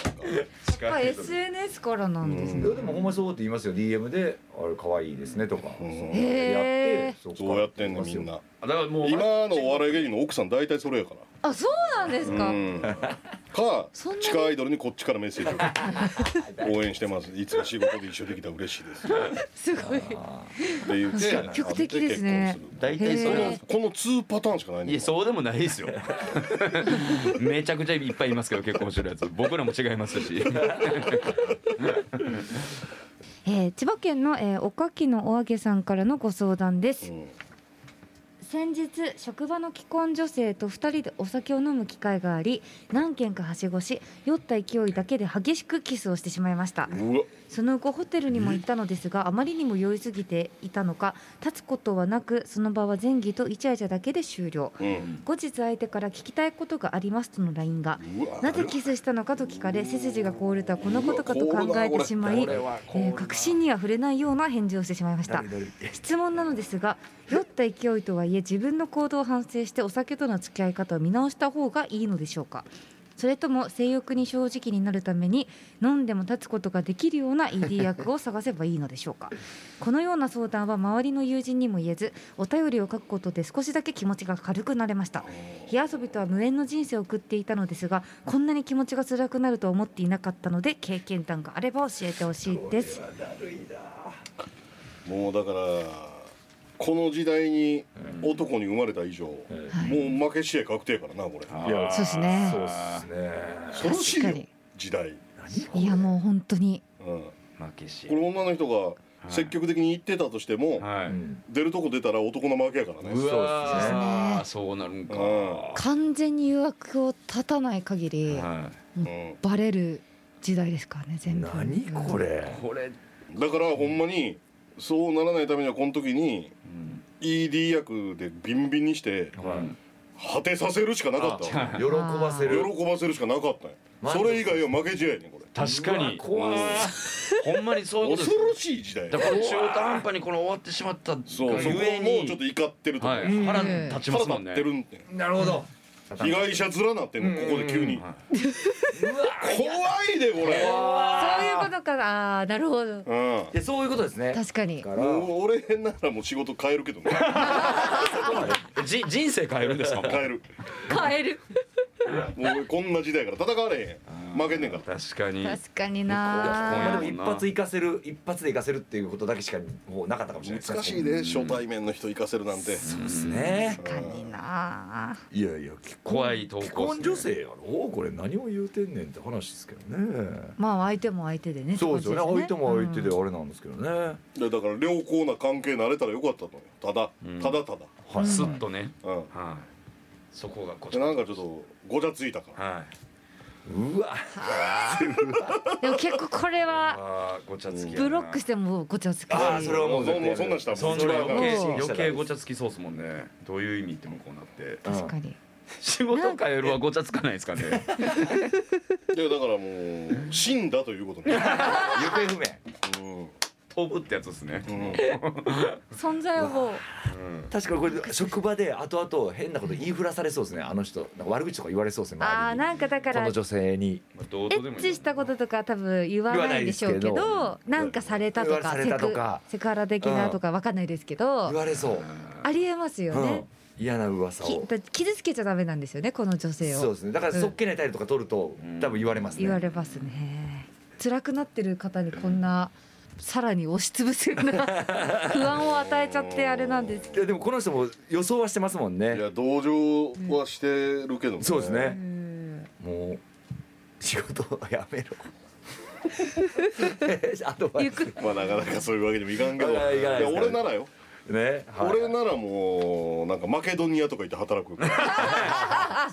Speaker 2: か
Speaker 5: あやっぱ SNS からなんです
Speaker 3: い
Speaker 5: ね
Speaker 3: やでもほんまそうって言いますよ DM で「あれ可愛いですね」とか、そう
Speaker 5: へ
Speaker 3: や
Speaker 5: ー
Speaker 3: ってそっか
Speaker 2: そうやってんねみんな
Speaker 4: だからもう
Speaker 2: 今のお笑い芸人の奥さん大体それやか
Speaker 5: あそうなんです
Speaker 2: ら
Speaker 5: か
Speaker 2: うんか
Speaker 5: そんなに
Speaker 2: 地下アイドルにこっちからメッセージ送る応援してますいつか仕事で一緒できたら嬉しいですって
Speaker 5: すごい
Speaker 2: 言って
Speaker 5: 積極的ですね
Speaker 2: 結婚
Speaker 4: 大
Speaker 2: する
Speaker 4: 体それなんです
Speaker 2: この2パターンしかない
Speaker 4: い
Speaker 2: ね
Speaker 4: やそうでもないですよ めちゃくちゃいっぱいいますけど結婚してるやつ僕らも違いますし
Speaker 5: えー千葉県の、えーおかきのお揚げさんからのご相談です、
Speaker 2: ん
Speaker 5: 先日職場の既婚女性と2人でお酒を飲む機会があり何軒かはしごし酔った勢いだけで激しくキスをしてしまいました
Speaker 2: うわ
Speaker 5: その後ホテルにも行ったのですがあまりにも酔いすぎていたのか立つことはなくその場は前儀とイチャイチャだけで終了
Speaker 2: うん
Speaker 5: 後日相手から聞きたいことがありますとの LINE が
Speaker 2: うわ
Speaker 5: なぜキスしたのかと聞かれ背筋が凍るとはこのことかと考えてしまい、えー確信には触れないような返事をしてしまいました質問なのですが酔った勢いとはいえ自分の行動を反省してお酒との付き合い方を見直した方がいいのでしょうかそれとも性欲に正直になるために飲んでも立つことができるような ED 役を探せばいいのでしょうかこのような相談は周りの友人にも言えずお便りを書くことで少しだけ気持ちが軽くなれました火遊びとは無縁の人生を送っていたのですがこんなに気持ちが辛くなるとは思っていなかったので経験談があれば教えてほしいです
Speaker 2: もうだからこの時代に男に生まれた以上、もう負け試合確定やからなこれ
Speaker 3: いや
Speaker 5: そうですね
Speaker 3: そうですね
Speaker 2: 恐ろしい
Speaker 5: 確
Speaker 2: よ
Speaker 5: かに
Speaker 2: 時代、うん、
Speaker 5: いやもう本当に
Speaker 2: こ
Speaker 4: 負けし
Speaker 2: れ女の人が積極的に言ってたとしても、
Speaker 4: はい、
Speaker 3: うん
Speaker 2: 出るとこ出たら男の負けやからね
Speaker 4: うわー
Speaker 5: そう
Speaker 4: そう
Speaker 5: っ
Speaker 4: なるんか、
Speaker 2: うん
Speaker 5: 完全に誘惑を断たない限り
Speaker 4: は
Speaker 2: うん
Speaker 5: バレる時代ですからね全部
Speaker 3: 何これ
Speaker 4: い、これ、
Speaker 2: だからほんまにそうならないためにはこの時に ED 役でビンビンにして
Speaker 4: はい
Speaker 2: 果てさせるしかなかったわ
Speaker 3: 喜ばせ
Speaker 2: 喜
Speaker 3: る
Speaker 2: ばせるしかなかったんやそれ以外は負け試合やねんこれ
Speaker 4: 確かに
Speaker 3: 怖い
Speaker 4: ほんまにそういうことです
Speaker 2: 恐ろしい時代
Speaker 4: だから中途半端にこの終わってしまったが
Speaker 2: そうそこ
Speaker 4: ゆえ
Speaker 2: もうちょっ
Speaker 4: に
Speaker 2: と怒ってると思う
Speaker 4: はい腹立ちますもん
Speaker 2: 腹
Speaker 4: ね
Speaker 2: 立ってるんで
Speaker 3: なるほど
Speaker 2: 被害者面なってんのここで急に
Speaker 4: うん
Speaker 2: 怖いでこれ
Speaker 6: そういうことかなあーなるほど
Speaker 2: うん
Speaker 3: でそういうことですね
Speaker 6: 確かに
Speaker 3: だから
Speaker 2: もう俺ならもう仕事変えるけどね
Speaker 4: じ人生変えるんですかもう
Speaker 2: 変える
Speaker 6: 変える
Speaker 2: もう俺こんな時代から戦われへん負けんねんから
Speaker 4: 確かに
Speaker 6: 確かに
Speaker 4: いや
Speaker 6: な
Speaker 3: ま
Speaker 4: こ
Speaker 3: あでも一発生かせる一発で生かせるっていうことだけしかもうなかったかもしれない
Speaker 2: 難しいで初対面の人行かせるなんて
Speaker 3: そうですね
Speaker 6: 確かになあ
Speaker 3: いやいや結婚
Speaker 4: 怖い投稿っす
Speaker 3: 既
Speaker 4: ね
Speaker 3: 婚女性やろこれ何を言うてんねんって話ですけどね
Speaker 6: まあ相手も相手でね
Speaker 3: そうですよね
Speaker 6: ってこ
Speaker 3: 相手も
Speaker 6: と
Speaker 3: 相手で
Speaker 6: うん
Speaker 3: あれなんですけどね、
Speaker 2: でだから良好な関係になれたらよかったのよただ
Speaker 4: うん
Speaker 2: ただただ
Speaker 3: はい
Speaker 4: スッとね
Speaker 2: うん
Speaker 4: はいそこがこ
Speaker 2: でなんかちょっとごちゃついたから
Speaker 4: はいう
Speaker 3: わ
Speaker 6: でも結構これは
Speaker 4: あーごちゃつきやな
Speaker 6: ブロックしてもごちゃつけ
Speaker 3: あーそれはもう
Speaker 2: そんなそんなんしたら
Speaker 4: そ
Speaker 2: も
Speaker 4: ん
Speaker 2: う
Speaker 4: な
Speaker 2: 違う
Speaker 4: 余
Speaker 2: から
Speaker 4: 計
Speaker 6: うん
Speaker 4: 余計ごちゃつきそうっすもんねどういう意味ってもこうな って
Speaker 6: 確かに
Speaker 4: 仕事変えるはごちゃつかないですかね
Speaker 2: いやだからもう死んだということね
Speaker 3: 行方不明
Speaker 2: うん
Speaker 4: 飛ぶってやつですね
Speaker 2: うん
Speaker 6: 存在をもう
Speaker 3: 確かにこれ職場で後々変なこと言いふらされそうですねあの人なんか悪口とか言われそうですね
Speaker 6: ああ
Speaker 3: 周りに
Speaker 6: なんかだか
Speaker 3: こ
Speaker 6: ら
Speaker 3: の女性に
Speaker 4: まあどう
Speaker 6: エ
Speaker 4: とでも
Speaker 6: ッ
Speaker 4: いい
Speaker 6: チしたこととか多分言わないんでしょうけど
Speaker 3: 言わ
Speaker 6: なんかされたと
Speaker 3: 言わ
Speaker 6: か
Speaker 3: されたとか
Speaker 6: セクセクハラ的なとかわかんないですけど、
Speaker 3: 言われそう、
Speaker 6: ありえますよね、
Speaker 3: うん嫌な噂
Speaker 6: き
Speaker 3: を
Speaker 6: だ傷つけちゃダメなんですよねこの女性
Speaker 3: そう
Speaker 6: を
Speaker 3: ですねだからそっけない態度とか取ると、
Speaker 4: うん
Speaker 3: 多分言われますね
Speaker 6: 言われますね辛くなってる方にこんなさらに押しつぶすよう な不安を与えちゃってあれなんです
Speaker 3: いやでもこの人も予想はしてますもん
Speaker 2: い
Speaker 3: ね
Speaker 2: や同情はしてるけど
Speaker 3: そうです
Speaker 6: う
Speaker 3: ね
Speaker 6: ん
Speaker 3: もう仕事をや めろアドバイ
Speaker 6: ゆ
Speaker 3: ス
Speaker 6: く
Speaker 2: まあなかなかそういうわけにもいかんけど
Speaker 3: い
Speaker 2: い
Speaker 3: かないいかない
Speaker 2: や俺ならよ
Speaker 3: ね、はい
Speaker 2: 俺ならもうなんかマケドニアとか行って働く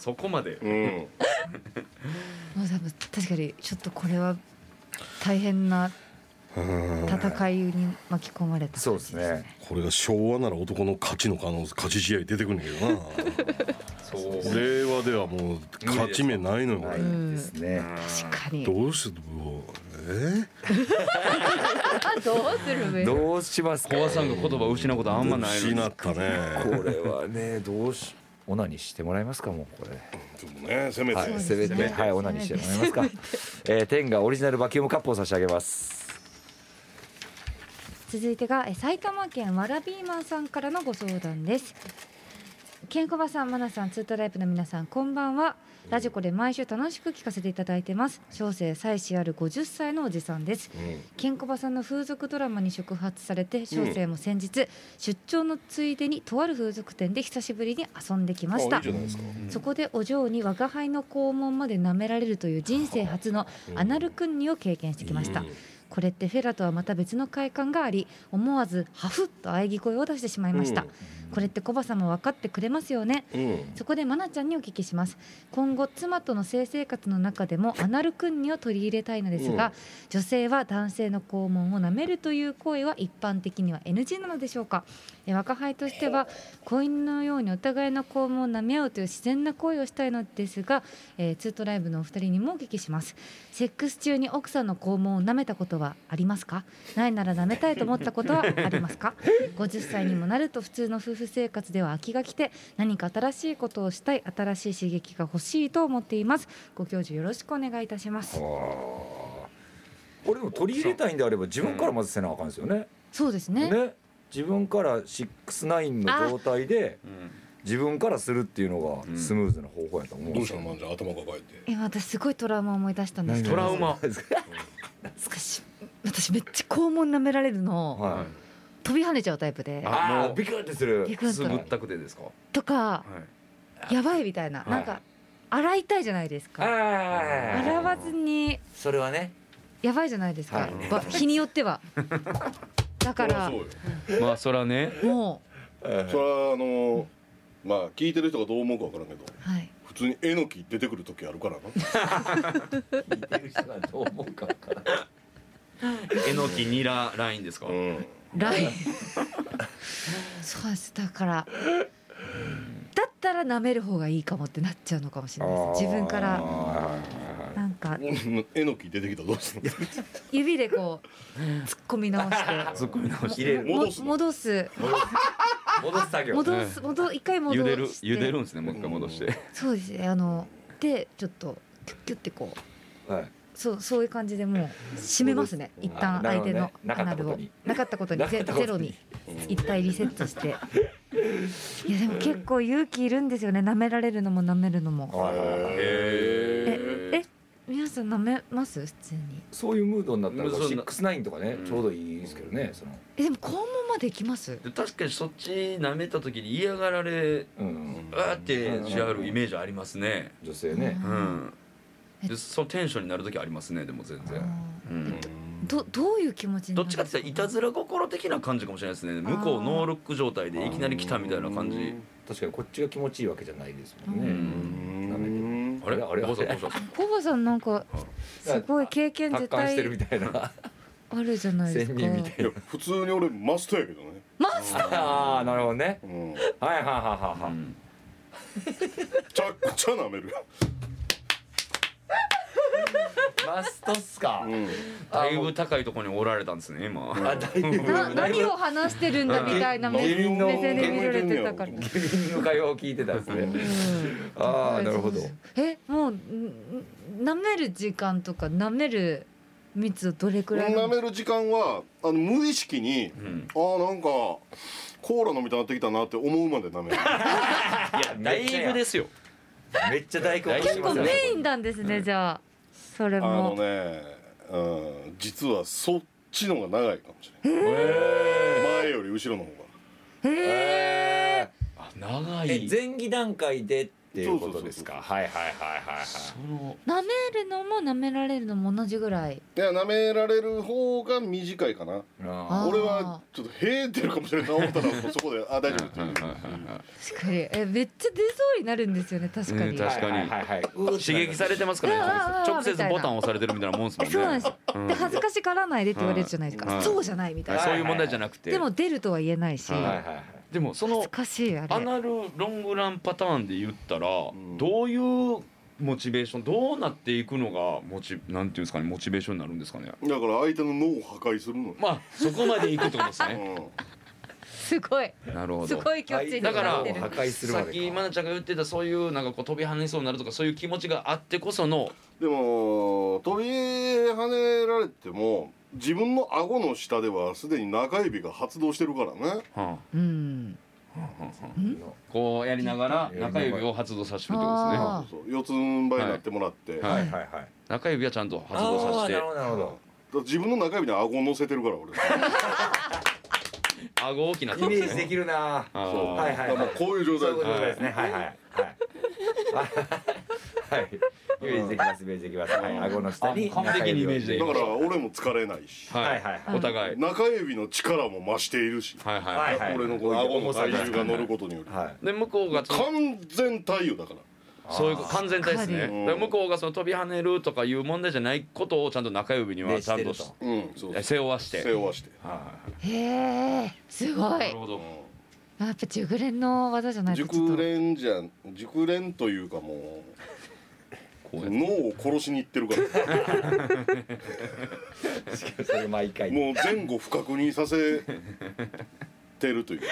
Speaker 4: そこまで
Speaker 2: うん
Speaker 6: もう多分確かにちょっとこれは大変な戦いに巻き込まれた
Speaker 3: そうですね
Speaker 7: これが昭和なら男の勝ちの可能性勝ち試合出てくるんだけど な
Speaker 4: そう
Speaker 7: 令和ではもう勝ち目ないのよこ
Speaker 3: は
Speaker 7: れ
Speaker 3: いですね、
Speaker 6: 確かに
Speaker 7: どうしてもうえ
Speaker 6: あどうするべき
Speaker 3: どうしますか
Speaker 4: 小和さんが言葉を失うことあんまないのに
Speaker 7: 失った
Speaker 3: こ
Speaker 7: ね
Speaker 3: れは ねどうしオナにしてもらえますかもうこれ
Speaker 2: ちょっとねせめて、
Speaker 3: はい、せめて、はい、オナにしてもらえますか。えー、天がオリジナルバキュームカップを差し上げます。
Speaker 5: 続いてがえ埼玉県わらビーマンさんからのご相談ですケンコバさん、マナさん、ツートライプの皆さん、こんばんは。ラジコで毎週楽しく聞かせていただいてます。小生妻子ある50歳のおじさんです。ケンコバさんの風俗ドラマに触発されて、小生も先日、出張のついでにとある風俗店で久しぶりに遊んできまし
Speaker 2: あい
Speaker 5: た
Speaker 2: いじ。ゃないですか
Speaker 5: そこでお嬢に我輩の肛門まで舐められるという人生初のアナル訓練を経験してきました、これってフェラとはまた別の快感があり思わずハフッと喘ぎ声を出してしまいました、これってコバさんも分かってくれますよね
Speaker 2: うん
Speaker 5: そこでマナちゃんにお聞きします今後妻との性生活の中でもアナル訓練を取り入れたいのですが、女性は男性の肛門を舐めるという行為は一般的には NG なのでしょうかえ若輩としては子犬のようにお互いの肛門を舐め合うという自然な行為をしたいのですが、えー、ツートライブのお二人にもお聞きしますセックス中に奥さんの肛門を舐めたことはありますかないなら舐めたいと思ったことはありますか50歳にもなると普通の夫婦生活では飽きがきて何か新しいことをしたい新しい刺激が欲しいと思っていますご教授よろしくお願いいたします
Speaker 3: これも取り入れたいんであれば、自分からまずせなあかんですよね。
Speaker 5: そうですね
Speaker 3: ね。自分からシックスナインの状態で、
Speaker 4: うん
Speaker 3: 自分からするっていうの
Speaker 4: うん
Speaker 3: がスムーズな方法やと思う。
Speaker 2: どうしたのまんじゃん頭抱えて
Speaker 5: え私すごいトラウマを思い出したんですけ
Speaker 4: ト
Speaker 5: ど
Speaker 4: ラウマ
Speaker 5: 私私めっちゃ肛門舐められる の、
Speaker 3: はい。
Speaker 5: 飛び跳ねちゃうタイプで
Speaker 4: あ
Speaker 3: あ
Speaker 4: も
Speaker 3: あ、
Speaker 4: う
Speaker 3: ビクってする
Speaker 5: ビ。ク
Speaker 4: く
Speaker 5: ッ
Speaker 4: す
Speaker 5: と
Speaker 4: ぐったくてですかは
Speaker 5: とか
Speaker 4: い
Speaker 5: やばいみたいな、
Speaker 4: はい
Speaker 5: なんか洗いたいじゃないですか
Speaker 3: あ
Speaker 5: 洗わずに
Speaker 3: それはね。
Speaker 5: やばいじゃないですか、
Speaker 3: はい
Speaker 5: ば日によってはだか ら
Speaker 2: そりゃ
Speaker 4: まあそらね
Speaker 5: も
Speaker 2: そうよそれはあのーまあ聞いてる人がどう思うかわからんけど
Speaker 5: うはい
Speaker 2: 普通にえのき出てくる時あるからな
Speaker 3: 聞いてる人がどう思うかわからない。
Speaker 4: えのきニララインですか
Speaker 2: うん
Speaker 5: ラインそうですだからだったら舐める方がいいかもってなっちゃうのかもしれないです自分から
Speaker 3: はいはいはいはい
Speaker 5: なんか
Speaker 2: うんえのき出てきたらどうする
Speaker 5: 指でこう突っ込み直して
Speaker 4: 突っ込み直し
Speaker 3: 入れ
Speaker 2: の
Speaker 3: る
Speaker 5: も
Speaker 2: 戻すの
Speaker 5: 戻す
Speaker 3: 戻す作業
Speaker 5: 戻す戻一回戻
Speaker 4: 茹でる
Speaker 5: して
Speaker 4: 茹でるんですねもう一回戻して、
Speaker 5: そうですねあのでちょっとキュッキュッてこう
Speaker 3: はい
Speaker 5: そうそういう感じでもう締めますね一旦相手の
Speaker 3: なるほどねなかった
Speaker 5: ア
Speaker 3: こ
Speaker 5: ナ
Speaker 3: とに
Speaker 5: ルをなかったこと に
Speaker 3: なか
Speaker 5: ゼ
Speaker 3: ったことに
Speaker 5: ゼロに一体リセットしていやでも結構勇気いるんですよね舐められるのも舐めるのもええ皆さん舐めます普通に
Speaker 3: そういうムードになったら
Speaker 4: そう
Speaker 3: シックスナインとかねちょうどいいですけどねその
Speaker 5: えでも肛門まで行きます
Speaker 4: で確かにそっち舐めた時に嫌がられ
Speaker 3: うん
Speaker 4: あーってしはるイメージありますね
Speaker 3: 女性ね
Speaker 4: う
Speaker 5: うんん
Speaker 4: でそのテンションになる時ありますねでも全然、うん、
Speaker 5: どどういう気持ちに
Speaker 4: ど
Speaker 5: な
Speaker 4: っ
Speaker 5: る
Speaker 4: ちかって言ったらいたずら心的な感じかもしれないですね向こうノールック状態でいきなり来たみたいな感じ
Speaker 3: 確かにこっちが気持ちいいわけじゃないですもんね、
Speaker 2: うん
Speaker 4: あれ
Speaker 3: あ
Speaker 4: あ
Speaker 3: れ
Speaker 4: れおばさんどうしたんですか
Speaker 5: コバさんなんかすごい経験
Speaker 3: 達
Speaker 5: 絶
Speaker 3: 観して
Speaker 5: 対
Speaker 3: るみたいな
Speaker 5: あるじゃないです
Speaker 3: 仙
Speaker 5: か
Speaker 3: 人みた
Speaker 2: い
Speaker 3: い
Speaker 2: や普通に俺マストやけどね
Speaker 5: マスター
Speaker 3: な ああなるほどね
Speaker 2: うん
Speaker 3: はいはいはいはいは
Speaker 4: う
Speaker 3: い、
Speaker 4: ん
Speaker 2: ちゃくちゃ舐める
Speaker 3: マストっすか、
Speaker 2: うん
Speaker 4: だいぶ高いところにおられたんですね今
Speaker 3: あだいぶ
Speaker 5: な
Speaker 3: だいぶ
Speaker 5: 何を話してるんだみたいな目
Speaker 3: 芸人の
Speaker 5: 目線で見られてたから。
Speaker 3: 芸人の会話を聞いてたんですね
Speaker 5: うん
Speaker 3: ああなるほど
Speaker 5: えもうん舐める時間とか舐める密度どれくらいな
Speaker 2: 舐
Speaker 5: んで
Speaker 2: める時間はあの無意識に
Speaker 4: うん
Speaker 2: あーなんかコーラ飲みたくなってきたなって思うまで舐める
Speaker 4: いやだいぶですよ
Speaker 3: めっちゃ大根落とし
Speaker 5: すか
Speaker 3: ま
Speaker 5: 結
Speaker 3: す
Speaker 5: 構
Speaker 3: ね
Speaker 5: メインなんですね、じゃあそれ
Speaker 2: あの
Speaker 5: も、
Speaker 2: ね、うん、実はそっちの方が長いかもしれない前より後ろの方が
Speaker 3: え
Speaker 4: あ長
Speaker 3: ーえ
Speaker 4: い
Speaker 3: 前期段階でっていうことですかはいはいはいはいはい
Speaker 4: その
Speaker 5: 舐めるのも舐められるのも同じぐらい
Speaker 2: いや舐められる方が短いかな
Speaker 3: あ
Speaker 5: ー
Speaker 2: 俺はちょっとへえってるかもしれないな思ったらもうそこであ大丈夫っていう
Speaker 5: 確かにえめっちゃ出そうになるんですよね確かに、
Speaker 4: ね確かに
Speaker 3: はいはいはいはい、うー
Speaker 4: 刺激されてますからね
Speaker 5: うわうわ
Speaker 4: 直接ボタン押されてるみたいなもんですもん
Speaker 5: え
Speaker 4: ね
Speaker 5: そうなんですよ、
Speaker 4: うん
Speaker 5: で恥ずかしがらないでって言われるじゃないですか、
Speaker 4: うん
Speaker 5: そうじゃないみたい
Speaker 4: はい
Speaker 5: な、
Speaker 4: そういう問題じゃなくて
Speaker 5: でも出るとは言えないし、
Speaker 4: はい
Speaker 3: はいはいはい
Speaker 4: でもその
Speaker 5: 恥ずかしいあれ
Speaker 4: アナルロングランパターンで言ったら、
Speaker 2: ん
Speaker 4: どういうモチベーションどうなっていくのがモチなんていうんですかねモチベーションになるんですかね
Speaker 2: だから相手の脳を破壊するのよ、
Speaker 4: まあそこまでいくってことです ね
Speaker 2: うん
Speaker 5: すごい
Speaker 4: なるほど
Speaker 5: すごい境地に
Speaker 4: だか
Speaker 5: な
Speaker 4: ら
Speaker 5: ってる
Speaker 3: 破壊するま
Speaker 4: さ
Speaker 3: で
Speaker 4: っ
Speaker 3: か
Speaker 4: き愛菜ちゃんが言ってたそういうなんかこう飛び跳ねそうになるとかそういう気持ちがあってこその
Speaker 2: でも飛び跳ねられても自分の顎の下ではすでに中指が発動してるからね
Speaker 4: は
Speaker 5: うん
Speaker 4: あこうやりながら中指を発動させるってことですね
Speaker 5: あ
Speaker 2: そう四つん這いになってもらって、だか
Speaker 3: はいはいはい
Speaker 4: 中指はちゃんと発
Speaker 3: あ
Speaker 4: 動さ
Speaker 3: ー
Speaker 4: せ
Speaker 3: な
Speaker 4: て
Speaker 3: るほどなるほど
Speaker 2: ら自分の中指に顎を乗せてるから俺
Speaker 4: 顎大きなって
Speaker 3: イ
Speaker 4: ま
Speaker 3: メ
Speaker 4: す
Speaker 3: ージできるな
Speaker 4: あー
Speaker 2: そう
Speaker 3: はいはいはい
Speaker 2: だからもうこういう状
Speaker 3: そう
Speaker 2: 態
Speaker 3: いうことですねはいはいはいはいはいイメージできますイメージできますはい顎の下に
Speaker 4: あ完璧にイメージでき
Speaker 2: だ
Speaker 4: る
Speaker 2: から俺も疲れないし
Speaker 4: は
Speaker 3: はいい
Speaker 4: は
Speaker 3: はいい
Speaker 4: お互い
Speaker 2: 中指の力も増しているし、
Speaker 4: はいはい、
Speaker 3: はいはい
Speaker 2: 俺のこの顎の体重が乗ることにより、
Speaker 3: はい
Speaker 4: で向こうがその
Speaker 2: 完全対応だから
Speaker 4: そういう完全体ですね。
Speaker 5: わ
Speaker 4: だ
Speaker 5: か
Speaker 4: か
Speaker 2: る
Speaker 4: ら向こうがその飛び跳ねるとかいう問題じゃないことをちゃんと中指には
Speaker 3: で
Speaker 4: ちゃん
Speaker 3: して
Speaker 4: と
Speaker 3: ると
Speaker 2: うんそうそう
Speaker 4: 背負わし
Speaker 2: 背
Speaker 4: て。
Speaker 2: 負わして、
Speaker 5: へえすご
Speaker 4: ないるほ
Speaker 2: う、
Speaker 4: ど。
Speaker 5: やっぱ熟練の技じゃなんいとちょ
Speaker 2: 熟
Speaker 5: っと
Speaker 2: 練じゃ熟練というかも
Speaker 4: こう
Speaker 2: う
Speaker 4: やって
Speaker 2: 脳を殺しにいってるから
Speaker 3: それ毎回
Speaker 2: もう前後不確認させてるというか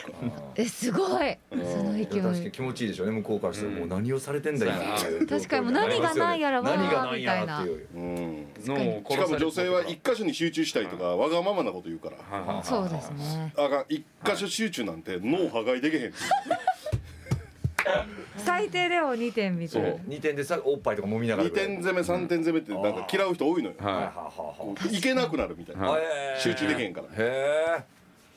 Speaker 5: えすごいその勢
Speaker 3: 確かに
Speaker 5: い
Speaker 3: 気持ちいいでしょうね向こうからしてもう何をされてんだ今っていう
Speaker 5: 確かにもう何がないやらわー
Speaker 3: 何がないやらっていう
Speaker 2: うん
Speaker 4: 脳を
Speaker 2: し
Speaker 4: 殺
Speaker 2: か
Speaker 4: され
Speaker 2: も
Speaker 4: る
Speaker 2: 女性は一箇所に集中したいとかわがままなこと言うから
Speaker 4: は
Speaker 5: そうですね
Speaker 2: あかん一箇所集中なんて脳破壊できへんっていう
Speaker 5: 最低でも2点みたいな
Speaker 3: 二点でさおっぱいとか揉みながら
Speaker 2: 2点攻め3点攻めってなんか嫌う人多いのよ
Speaker 4: いはい
Speaker 3: は
Speaker 2: 行けなくなるみたい
Speaker 4: は
Speaker 2: ない
Speaker 3: い
Speaker 2: 集中できへんから
Speaker 3: へえ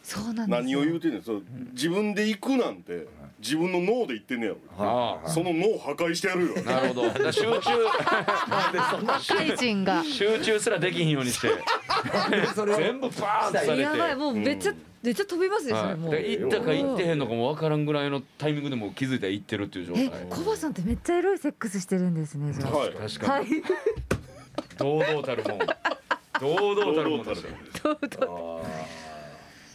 Speaker 5: そうなんです
Speaker 2: 何を言
Speaker 5: よ
Speaker 2: うてんねんそう自分で行くなんて自分の脳で言ってんねやろ
Speaker 4: ああ
Speaker 2: その脳破壊してやるよ
Speaker 4: なるほど。だ から集中
Speaker 8: 怪人が
Speaker 4: 集中すらできひんようにして
Speaker 3: それ
Speaker 4: 全部バーンとされて。
Speaker 5: やばいもうめっちゃめっちゃ飛びますよそ
Speaker 4: は
Speaker 5: れ
Speaker 4: い、だ
Speaker 5: も
Speaker 4: か
Speaker 5: う
Speaker 4: ら行ったか行ってへんのかも分からんぐらいのタイミングでもう気づいたら行ってるっていう状態
Speaker 5: えコバさんってめっちゃエロいセックスしてるんですねじゃ
Speaker 2: はい
Speaker 4: 確
Speaker 5: あ
Speaker 4: か
Speaker 5: は
Speaker 4: に
Speaker 5: い
Speaker 4: 堂々たるもん堂々たるもんですよ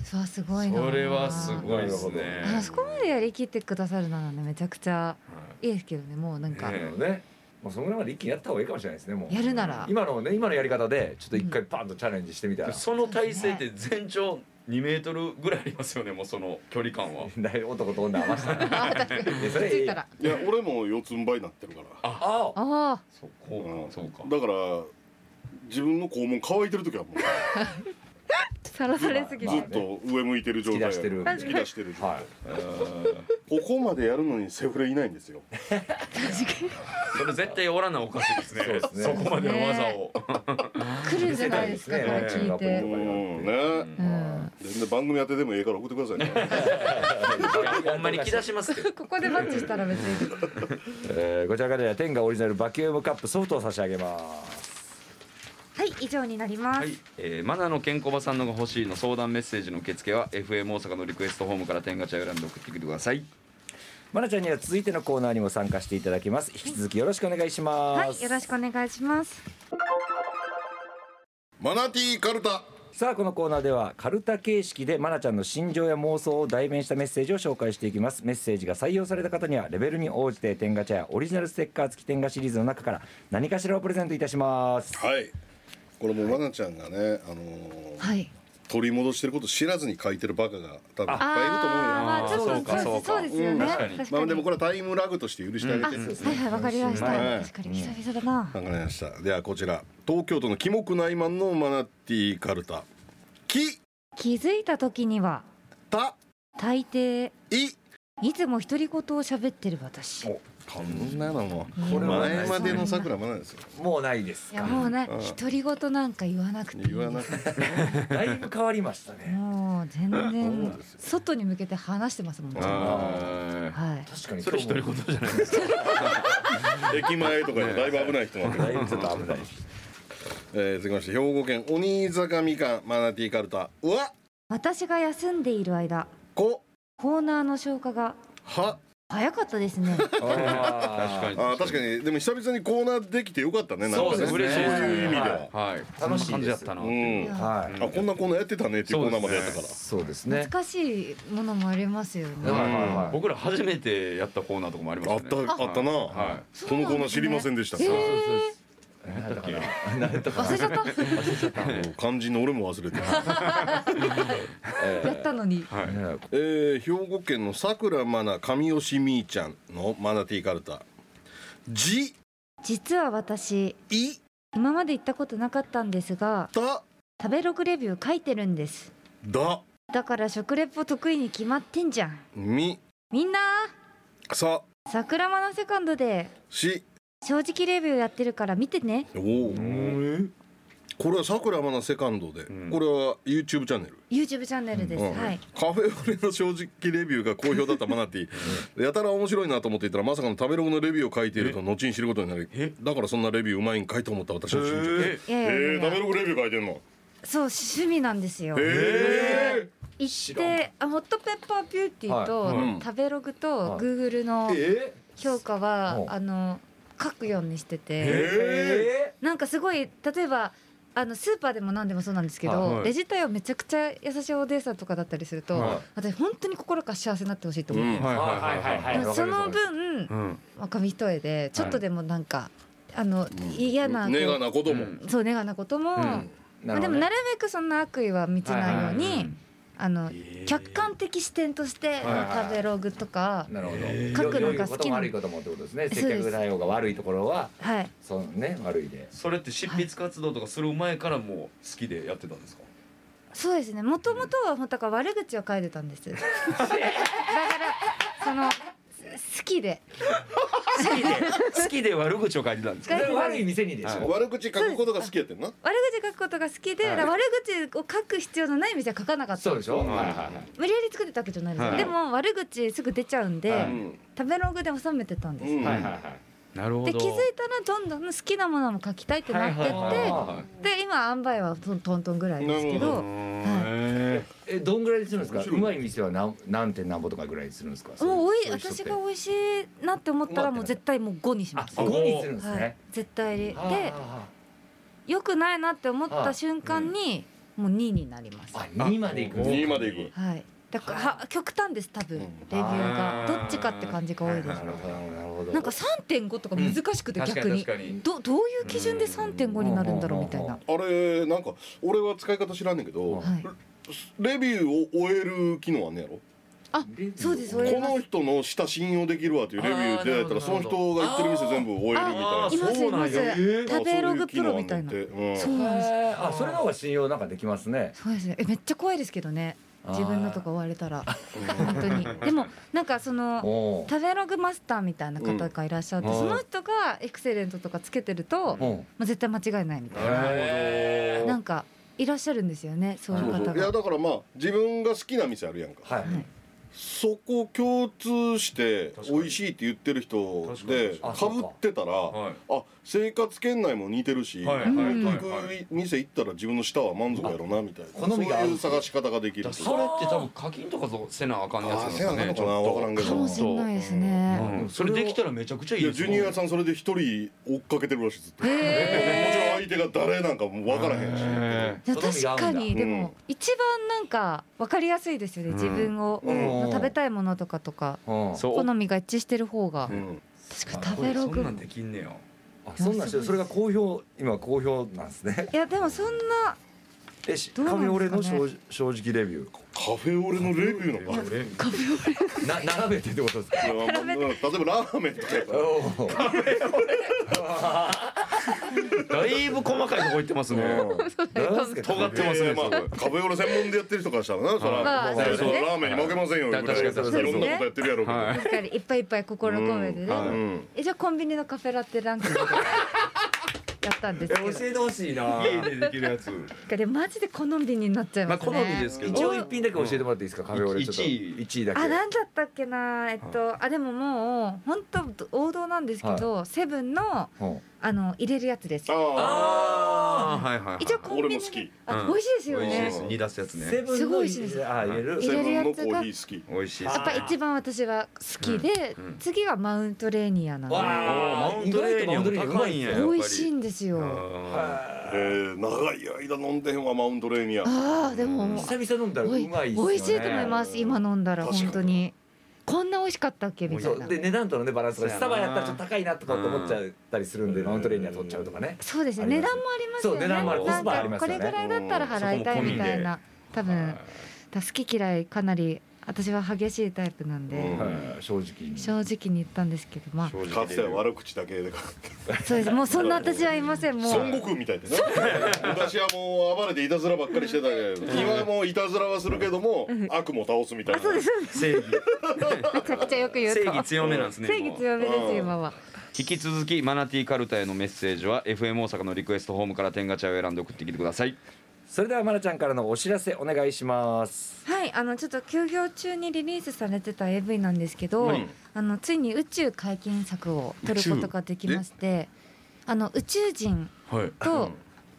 Speaker 5: そうすごいな
Speaker 4: それはすごいです
Speaker 5: あの
Speaker 4: ね
Speaker 5: そこまでやりきってくださるならねめちゃくちゃいいですけどねもうなんか
Speaker 4: ね
Speaker 3: ねもうそのぐらいまで一気にやった方がいいかもしれないですねもう
Speaker 9: やるなら
Speaker 3: 今のね今のやり方でちょっと一回パンとチャレンジしてみたら、
Speaker 4: その体勢って全長2メートルぐらいありますよねもうその距離感は
Speaker 3: だいぶ男と女合わせたらいやそ
Speaker 9: 気づいたら
Speaker 7: いや俺も四つん這いになってるから
Speaker 3: ああ
Speaker 9: ああ
Speaker 4: そうこうかそうか
Speaker 7: だから自分の肛門乾いてる時はもう
Speaker 9: さらされすぎ
Speaker 7: ず
Speaker 9: て
Speaker 7: っと上向いてる状
Speaker 3: 突き
Speaker 7: 態
Speaker 3: 出してる
Speaker 7: 突き出してる状態
Speaker 3: はい
Speaker 7: ここまでやるのにセフレいないんですよ
Speaker 4: それ絶対おらなおかしいですね
Speaker 3: そうですね
Speaker 4: そこまでの技を、
Speaker 9: 来るんじゃないですかこれ聞い
Speaker 7: うん
Speaker 9: て
Speaker 7: ね
Speaker 9: うん
Speaker 7: 全然番組当てでもええから送ってくださいね
Speaker 4: いやほんまに気出しますけど
Speaker 9: ここでマッチしたら別に
Speaker 3: えーこちらからでは天下オリジナルバキュームカップソフトを差し上げます
Speaker 5: はい以上になります、
Speaker 4: はい、えー、マナの健康ばさんのが欲しいの相談メッセージの受付は FM 大阪のリクエストホームから天ガチャを選んで送ってきてください
Speaker 3: まなちゃんには続いてのコーナーにも参加していただきます引き続きよろしくお願いします、
Speaker 5: はい、よろしくお願いします。
Speaker 2: マナティーカルタ
Speaker 3: さあこのコーナーではカルタ形式でまなちゃんの心情や妄想を代弁したメッセージを紹介していきますメッセージが採用された方にはレベルに応じて天ガチャやオリジナルステッカー付き天ガシリーズの中から何かしらをプレゼントいたします
Speaker 7: はいこれもう愛菜ちゃんがね、あのー
Speaker 9: はい
Speaker 7: 取り戻してること知らずに書いてるバカが多分いっぱいいると思うよ
Speaker 5: あーまあちょっ
Speaker 4: そうかそ
Speaker 5: とそうう
Speaker 4: か
Speaker 5: そうですよね。
Speaker 4: うん
Speaker 5: 確
Speaker 4: 確か
Speaker 5: か
Speaker 4: に
Speaker 5: に。
Speaker 7: まあでもこれはタイムラグとして許してあげて、
Speaker 5: あ、はいはいわかりました。
Speaker 7: はい
Speaker 5: 確かに久々だな。
Speaker 2: わかりました。ではこちら東京都のキモくないマンのマナティーカルタ。き
Speaker 5: 気づいた時には
Speaker 2: た
Speaker 5: 大抵
Speaker 2: い
Speaker 5: いつも独り言を喋ってる私。い
Speaker 2: こんなのも
Speaker 3: これはない
Speaker 2: 前までの桜マナですよ。
Speaker 3: もうないです
Speaker 5: や
Speaker 3: か
Speaker 5: もうね
Speaker 2: うん
Speaker 5: 独り言なんか言わなくていい
Speaker 2: 言わなくて
Speaker 3: だいぶ変わりましたね
Speaker 5: もう全
Speaker 2: そう
Speaker 5: 然
Speaker 2: ですよ
Speaker 9: 外に向けて話してますもんね
Speaker 4: あ
Speaker 9: はい
Speaker 3: 確かに
Speaker 4: それ独り言じゃないですか
Speaker 7: 駅前とかでだいぶ危ない人なんで、
Speaker 3: だいぶちょっと危ない
Speaker 2: えー、続きまして兵庫県鬼坂みかんマナティーカルタ。うわ
Speaker 5: 私が休んでいる間
Speaker 2: こ
Speaker 5: コーナーの消化が
Speaker 2: は
Speaker 5: 早かったで すね。
Speaker 3: 確
Speaker 4: 確
Speaker 2: あー
Speaker 4: か
Speaker 2: 確かにでも久々にコーナーできてよかったねなんかね
Speaker 4: そうですね
Speaker 2: そういう意味では、
Speaker 4: はい、
Speaker 3: 楽し
Speaker 4: そんな
Speaker 3: いです
Speaker 4: 感じだったな、
Speaker 2: うん
Speaker 3: はい
Speaker 2: あこんなコーナーやってたねっていうコーナーまでやったから、
Speaker 3: そうですね
Speaker 9: 懐かしいものもありますよね
Speaker 3: はいはいはい
Speaker 4: 僕ら初めてやったコーナーとかもありましたね
Speaker 2: あったあったな
Speaker 4: は
Speaker 2: このコーナー知りませんでした、
Speaker 9: え
Speaker 3: そう
Speaker 9: ー
Speaker 3: そうそうだから
Speaker 9: 忘れちゃった
Speaker 2: もう肝心の俺も忘れてる、
Speaker 9: やったのに
Speaker 4: い、はい
Speaker 2: えー、兵庫県のさくらまな神吉みーちゃんのマナティーカルタ「じ
Speaker 5: 実は私
Speaker 2: い
Speaker 5: 今まで行ったことなかったんですが
Speaker 2: た
Speaker 5: 食べログレビュー書いてるんです。
Speaker 2: だ
Speaker 5: だから食レポ得意に決まってんじゃん。
Speaker 2: み
Speaker 5: みんな
Speaker 2: さ
Speaker 5: 桜間のセカンドで
Speaker 2: し
Speaker 5: 正直レビューやってるから見てね」
Speaker 2: おおこれはさくらまなセカンドで、
Speaker 4: うん
Speaker 2: これは YouTube チャンネル
Speaker 5: YouTube チャンネルです、
Speaker 2: うん
Speaker 5: はい
Speaker 2: カフェオレの正直レビューが好評だったマナティーやたら面白いなと思っていたらまさかの食べログのレビューを書いていると後に知ることになり
Speaker 4: え
Speaker 2: だからそんなレビューうまいんかいと思った私の心情
Speaker 4: え
Speaker 5: いやいやいや
Speaker 2: え
Speaker 5: い
Speaker 2: ー、
Speaker 5: や
Speaker 2: 食べログレビュー書いてんの
Speaker 5: そう趣味なんですよ
Speaker 2: え
Speaker 5: 行ってあホットペッパービューティーと、
Speaker 2: はいうん
Speaker 5: 食べログと
Speaker 3: はい
Speaker 5: Google の
Speaker 3: え
Speaker 5: 評価は、
Speaker 3: お
Speaker 5: あの書くようにしてて、
Speaker 3: え
Speaker 5: なんかすごい例えばあのスーパーでも何でもそうなんですけど、
Speaker 4: はい
Speaker 5: レジ対応めちゃくちゃ優しいお姉さんとかだったりすると、
Speaker 4: はい
Speaker 5: 私本当に心から幸せになってほしいと
Speaker 2: ーう
Speaker 5: 思う、
Speaker 2: ん
Speaker 4: はいはいはいはい
Speaker 5: でもその分
Speaker 4: うん
Speaker 5: まあ紙一重でちょっとでもなんか、あの嫌なこう
Speaker 2: ネガなことも、
Speaker 4: うん
Speaker 5: そうネガなことも、
Speaker 4: ん
Speaker 5: まあ、でもなるべくそんな悪意は満ちないように、あの
Speaker 4: えー
Speaker 5: 客観的視点として、
Speaker 3: はいはい
Speaker 5: 食べログとか、
Speaker 3: なるほど。
Speaker 5: 書くのが好きな
Speaker 3: 良いことも悪いこともってことですね。
Speaker 5: そうです
Speaker 3: 接客対応が悪いところは、
Speaker 5: はい、
Speaker 3: そのね、悪いで。
Speaker 4: それって執筆活動とかする前からもう好きでやってたんですか、
Speaker 5: そうですねもともとはほんとだから悪口を書いてたんですだからそのす好きで
Speaker 4: 好きで好きで悪口を書いてたんです
Speaker 5: 書いてた
Speaker 3: 悪い店にでし
Speaker 4: は
Speaker 3: ょ。
Speaker 7: 悪口書くことが好きやってんな
Speaker 5: 悪口書くことが好きで、
Speaker 4: はい
Speaker 5: だから悪口を書く必要のない店は書かなかった
Speaker 3: そうでしょ。
Speaker 4: ん
Speaker 3: はいはいはい。
Speaker 5: 無理やり作ってたわけじゃないですよ、
Speaker 4: はい
Speaker 5: でも悪口すぐ出ちゃうんで、
Speaker 4: は
Speaker 7: う
Speaker 4: い
Speaker 7: ん
Speaker 5: 食べログで収めてたんです、
Speaker 7: うん
Speaker 3: はいはいはい。
Speaker 4: なるほ
Speaker 5: で気づいたらどんどん好きなものも書きたいってなってって、
Speaker 3: は
Speaker 5: で今塩梅はトントントンぐらいですけ
Speaker 7: な
Speaker 5: ど
Speaker 3: え、どんぐらいでするんですか。う
Speaker 7: 面白い
Speaker 3: まい店はなん何点何ぼとかぐらいにするんですか。
Speaker 5: もうおい
Speaker 3: そういう人って
Speaker 5: 私が美味しいなって思ったらもう絶対もう5にし
Speaker 3: あ
Speaker 5: ま、す。
Speaker 3: 五にするんです
Speaker 5: はい
Speaker 3: ね。、
Speaker 5: 絶対に
Speaker 3: はあ
Speaker 5: で
Speaker 3: は
Speaker 5: 良くないなって思った瞬間にもう2になります。
Speaker 3: あはああ、二までいくんですね。
Speaker 7: 2までいく
Speaker 5: はい、だからは極端です多分レビューがどっちかって感じが多いです
Speaker 4: なるほど
Speaker 3: なるほど
Speaker 5: なんか3.5とか難しくて
Speaker 4: うん
Speaker 5: 逆に,、
Speaker 4: 確かに確かに
Speaker 5: どどういう基準で3.5になるんだろうみたいな
Speaker 2: あれなんか俺は使い方知らんねんけど、
Speaker 5: はい
Speaker 2: レビューを終える機能はねやろ
Speaker 5: あそうですそうで
Speaker 2: こ
Speaker 5: す
Speaker 2: の人の舌信用できるわっていうレビューでやったら
Speaker 4: あー
Speaker 2: そ
Speaker 4: な
Speaker 2: の
Speaker 4: るほど
Speaker 2: 人が言ってる店全部終えるみたい
Speaker 4: あ
Speaker 2: な
Speaker 5: ーいますいます
Speaker 4: そうなんやえー
Speaker 5: 食べログプロみたいな
Speaker 2: あそうう機能あんねんて
Speaker 5: そうなんです
Speaker 3: へーあそれの方が信用なんかできますね
Speaker 5: そうですねえめっちゃ怖いですけどね自分のとか追われたら本当にでもなんかその
Speaker 3: お
Speaker 5: 食べログマスターみたいな方がいらっしゃって、
Speaker 3: うん
Speaker 5: その人がエクセレントとかつけてると、ま
Speaker 3: お
Speaker 5: あ、絶対間違いないみたいななんかいらっしゃるんですよねそういう
Speaker 2: うん
Speaker 5: 方
Speaker 2: そうそうい
Speaker 5: が
Speaker 2: やだからまあ自分が好きな店あるやんか、
Speaker 3: はい
Speaker 5: はい
Speaker 2: そこ共通して
Speaker 4: 確かに
Speaker 2: 美味しいって言ってる人
Speaker 4: 確かに
Speaker 2: で
Speaker 3: 確
Speaker 2: か
Speaker 3: かに
Speaker 2: ぶってたら、
Speaker 4: はい
Speaker 2: あ生活圏内も似てるし、
Speaker 4: はいはい
Speaker 5: はい
Speaker 2: 行く店行ったら自分の舌は満足やろなみたいな
Speaker 3: 好みが合う
Speaker 2: そういう探し方ができ
Speaker 4: だか
Speaker 2: る
Speaker 4: らそれって多分課金とかせなあかんやつ
Speaker 2: あ
Speaker 4: な
Speaker 2: あ
Speaker 4: んで
Speaker 2: せ
Speaker 4: す
Speaker 2: や
Speaker 4: か
Speaker 2: な
Speaker 4: ね
Speaker 2: の
Speaker 4: ち
Speaker 2: か
Speaker 4: ょっ
Speaker 2: な分からん
Speaker 4: と
Speaker 2: け
Speaker 5: か
Speaker 2: ど
Speaker 5: もしれないですね、
Speaker 4: うんそれできたらめちゃくちゃいい
Speaker 2: いや
Speaker 4: です
Speaker 2: ジ
Speaker 4: よ
Speaker 2: ュニアさんそれで一人追っかけてるらしいずっと、もちろん相手が誰なんかも分からへんし、
Speaker 4: へ
Speaker 5: でも確か
Speaker 3: 好み
Speaker 5: に
Speaker 2: が合うん
Speaker 5: で
Speaker 2: だうん
Speaker 5: も一番なんか分かりやすいですよね、自分を、
Speaker 2: うん
Speaker 5: まあ食べたいものとかとか
Speaker 4: ー
Speaker 3: お
Speaker 4: そう
Speaker 5: 好みが一致してる方が、
Speaker 2: うん
Speaker 5: 確かに食べロ
Speaker 4: そ
Speaker 5: グ
Speaker 4: んなんできんねよ
Speaker 3: あそんなんしてるそれが好評今好評なんですね
Speaker 5: いやでもそんな
Speaker 3: えし
Speaker 5: どう
Speaker 3: カ
Speaker 5: なん
Speaker 3: フ
Speaker 5: です
Speaker 3: ェ
Speaker 5: かね
Speaker 3: オレの正正直レビュー
Speaker 2: カフェオレのレビューなんか
Speaker 3: な並べてってことですか
Speaker 2: いやまあまあ例えばラーメンとかやったら
Speaker 3: おー
Speaker 4: だいぶ細かいとこ行ってますね
Speaker 3: なんですか
Speaker 4: 尖ってますね
Speaker 2: いやいやまあ、カフェオレ専門でやってる人からしたらな、そら、
Speaker 5: まあそうですね
Speaker 2: そらラーメンに負けませんよ、
Speaker 4: だ
Speaker 2: ぐらい、
Speaker 4: 確かに
Speaker 2: いろんなことやってるやろうけど。
Speaker 4: はい
Speaker 5: 確かにいっぱいいっぱい心込めてね、
Speaker 2: う
Speaker 4: はい
Speaker 2: ん、
Speaker 5: えじゃあコンビニのカフェラテランキングとかやったんですけど
Speaker 3: え教えてほしいな
Speaker 4: 家でできるやつ
Speaker 5: でマジで好みになっちゃいますね。
Speaker 4: まあ好みですけど
Speaker 5: 一
Speaker 3: 一
Speaker 5: 応
Speaker 3: 応一品だけ教えてもらっていいですかカフェオレちょっと
Speaker 4: 一位
Speaker 3: 一位だけ
Speaker 5: あなんだったっけなえっとあでももう本当王道なんですけど、セブンの
Speaker 3: うん
Speaker 5: あの入れるやつです。
Speaker 4: ああはいはいはい
Speaker 5: 一応コンビニ
Speaker 2: 俺
Speaker 5: の
Speaker 2: も好き
Speaker 5: あ
Speaker 4: うん
Speaker 5: 美味しいですよ
Speaker 4: 美味しいで
Speaker 5: ね。
Speaker 4: す煮出すやつ
Speaker 3: セ
Speaker 4: ね
Speaker 3: ブンの
Speaker 5: すごい美味しいです
Speaker 3: あ入れる
Speaker 5: 入
Speaker 2: セ
Speaker 5: れ
Speaker 2: ブ
Speaker 5: る
Speaker 2: ン
Speaker 5: や
Speaker 2: の
Speaker 5: つ
Speaker 2: コ
Speaker 5: が
Speaker 2: ーヒー好き。
Speaker 4: 美味しいです
Speaker 5: やっぱ一番私は好きで、
Speaker 4: うんうん
Speaker 5: 次がマウントレーニアなの。
Speaker 3: わ
Speaker 4: おーマウ
Speaker 3: ー
Speaker 4: ントレーニアも
Speaker 3: 意外と
Speaker 4: 高いんや
Speaker 3: マウントレーニアうまい
Speaker 4: やっぱり
Speaker 3: ですよ
Speaker 5: 美味しいんですよ。
Speaker 4: あ
Speaker 2: えー、長い間飲んでへんわ、マウントレーニア。
Speaker 5: ああでも
Speaker 3: 久々飲んだらう
Speaker 5: お
Speaker 3: ま
Speaker 5: い
Speaker 3: いっすよね
Speaker 5: 美味しいと思います。今飲んだら本当にこんな美味しかったっけみた
Speaker 3: そ
Speaker 5: いうな。
Speaker 3: で値段とのねバランスがスタバやったらちょっと高いなとかと思っちゃったりするんで
Speaker 4: うん
Speaker 3: マウントレーニア取っちゃうとかね
Speaker 5: そうですね
Speaker 3: あり
Speaker 5: 値
Speaker 3: ます
Speaker 5: 段もありますよ
Speaker 3: そ
Speaker 5: ね
Speaker 3: う値段もある
Speaker 5: なん
Speaker 3: コスパあ
Speaker 5: か
Speaker 3: ります
Speaker 5: こ
Speaker 3: よね
Speaker 5: れぐらいだったら払いたいみたいな多分だから好き嫌いかなり私は激しいタイプなん
Speaker 2: う
Speaker 5: で
Speaker 2: ん
Speaker 3: はい正直に
Speaker 5: 正直に言ったんですけどま
Speaker 4: ー
Speaker 2: かつては悪口だけで、
Speaker 5: あそうですもうそんな私はいませんもう
Speaker 2: 孫悟空みたいでね。昔はもう暴れていたずらばっかりしてたけど、今はもういたずらはするけども、悪も倒すみたい
Speaker 5: あ
Speaker 2: な。
Speaker 5: そうですそうです
Speaker 4: 正義
Speaker 5: めちゃくちゃよく言うと
Speaker 4: 正義強めなんですね
Speaker 5: 正義強めで
Speaker 2: う
Speaker 5: す
Speaker 2: ん
Speaker 5: 今は
Speaker 4: 引き続きマナティーカルタへのメッセージは FM 大阪のリクエストホームから天ガチャを選んで送ってきてください
Speaker 3: それではまなちゃんからのお知らせお願いします
Speaker 5: はいあのちょっと休業中にリリースされてた AV なんですけど、
Speaker 4: はい
Speaker 5: あのついに宇宙解禁作を撮ることができましてあの宇宙人
Speaker 4: はい
Speaker 5: と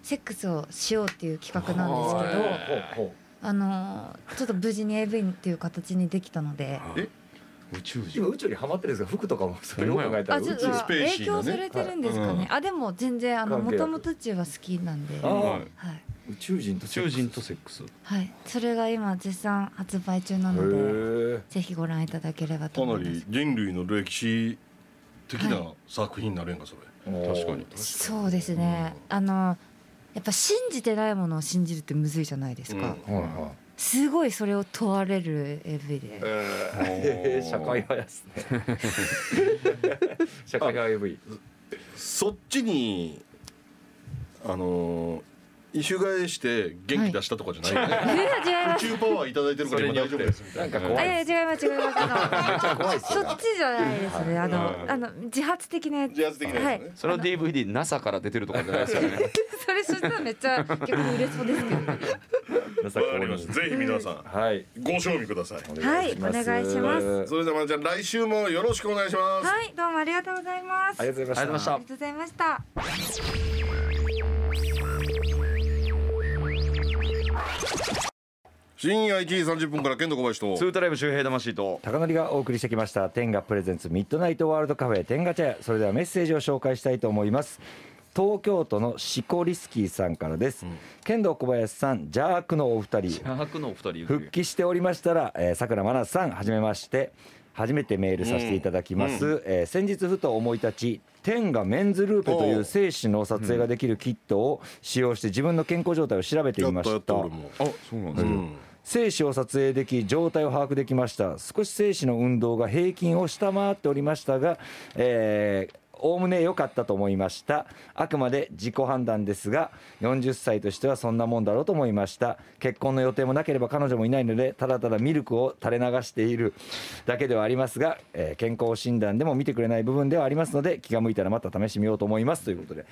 Speaker 5: セックスをしようっていう企画なんですけど、
Speaker 4: はい
Speaker 3: ほうほう
Speaker 5: あのーちょっと無事に AV っていう形にできたので。
Speaker 2: え
Speaker 4: 宇宙人
Speaker 3: 今宇宙にハマってるんですが服とかもそれを考えたら
Speaker 5: あ、
Speaker 3: 宇
Speaker 5: ちょっ
Speaker 3: 宙
Speaker 5: と
Speaker 2: スペーシ
Speaker 5: 影
Speaker 2: ーなね
Speaker 5: 響されてるんですか
Speaker 2: は
Speaker 5: ね。あ、でも全然あの
Speaker 3: 関係
Speaker 5: も
Speaker 3: なく
Speaker 5: ともと中は好きなんで、
Speaker 3: あ
Speaker 5: は
Speaker 3: ー
Speaker 5: い
Speaker 3: 宇宙人と
Speaker 4: 宇宙人とセックス
Speaker 5: はい。それが今絶賛発売中な
Speaker 3: へ
Speaker 5: ので、
Speaker 3: ー
Speaker 5: ぜひご覧いただければと
Speaker 2: かな
Speaker 5: 思いま
Speaker 2: り
Speaker 5: す。
Speaker 2: 人類の歴史的
Speaker 5: は
Speaker 2: な作品になるやんか、それ。
Speaker 4: 確かに
Speaker 5: そうですね。あのやっぱ信じてないものを信じるってむずいじゃないですか。
Speaker 3: はいは
Speaker 5: すごいそれを問われる AV で。
Speaker 3: いへー社会派ですね 社会派 AV
Speaker 2: そっちにあのー、異種替えして元気出したとかじゃないよね、
Speaker 5: え違いま
Speaker 2: 宇
Speaker 5: す。
Speaker 2: 宙パワーいただいてるから今大丈夫ですみたい
Speaker 3: なんか
Speaker 5: あ
Speaker 3: 怖
Speaker 5: いや
Speaker 3: い
Speaker 5: 違います違います。 あの
Speaker 3: 怖いっす
Speaker 5: そ
Speaker 3: よ
Speaker 5: っちじゃないですね。あ
Speaker 2: は
Speaker 5: の
Speaker 2: い
Speaker 5: あの自発的なやつ。
Speaker 2: 自発的なやつね
Speaker 4: その DVD NASA から出てるとかじゃないですよね
Speaker 5: それそしたらめっちゃ結構売れそうですけど。
Speaker 2: なわかりましたぜひ皆さん
Speaker 3: はい
Speaker 2: ご賞味ください
Speaker 5: はいお願いします
Speaker 2: それではまなちゃん来週もよろしくお願いします、
Speaker 5: はい、どうもありがとうございます。
Speaker 3: ありがとうございました
Speaker 5: ありがとうございました。
Speaker 2: 深夜1時30分から剣道小林と
Speaker 4: ツートライブ周平魂と
Speaker 3: 高典がお送りしてきました「天がプレゼンツミッドナイトワールドカフェ天が茶屋」それではメッセージを紹介したいと思います東京都のシコリスキーさんからです、剣道小林さん邪悪のお二人
Speaker 4: 邪悪のお二人
Speaker 3: 復帰しておりましたら、えー、桜真奈さんはじめまして初めてメールさせていただきます、えー先日ふと思い立ち天がメンズルーペという精子の撮影ができるキットを使用して自分の健康状態を調べて
Speaker 2: や
Speaker 3: み
Speaker 2: っ
Speaker 3: ま
Speaker 2: たや
Speaker 3: し
Speaker 2: った
Speaker 3: た
Speaker 2: 俺も
Speaker 4: あそうなんですよ
Speaker 3: 精子を撮影でき状態を把握できました少し精子の運動が平均を下回っておりましたがえーおおむね良かったと思いましたあくまで自己判断ですが40歳としてはそんなもんだろうと思いました結婚の予定もなければ彼女もいないのでただただミルクを垂れ流しているだけではありますが、えー健康診断でも見てくれない部分ではありますので気が向いたらまた試してみようと思いますということで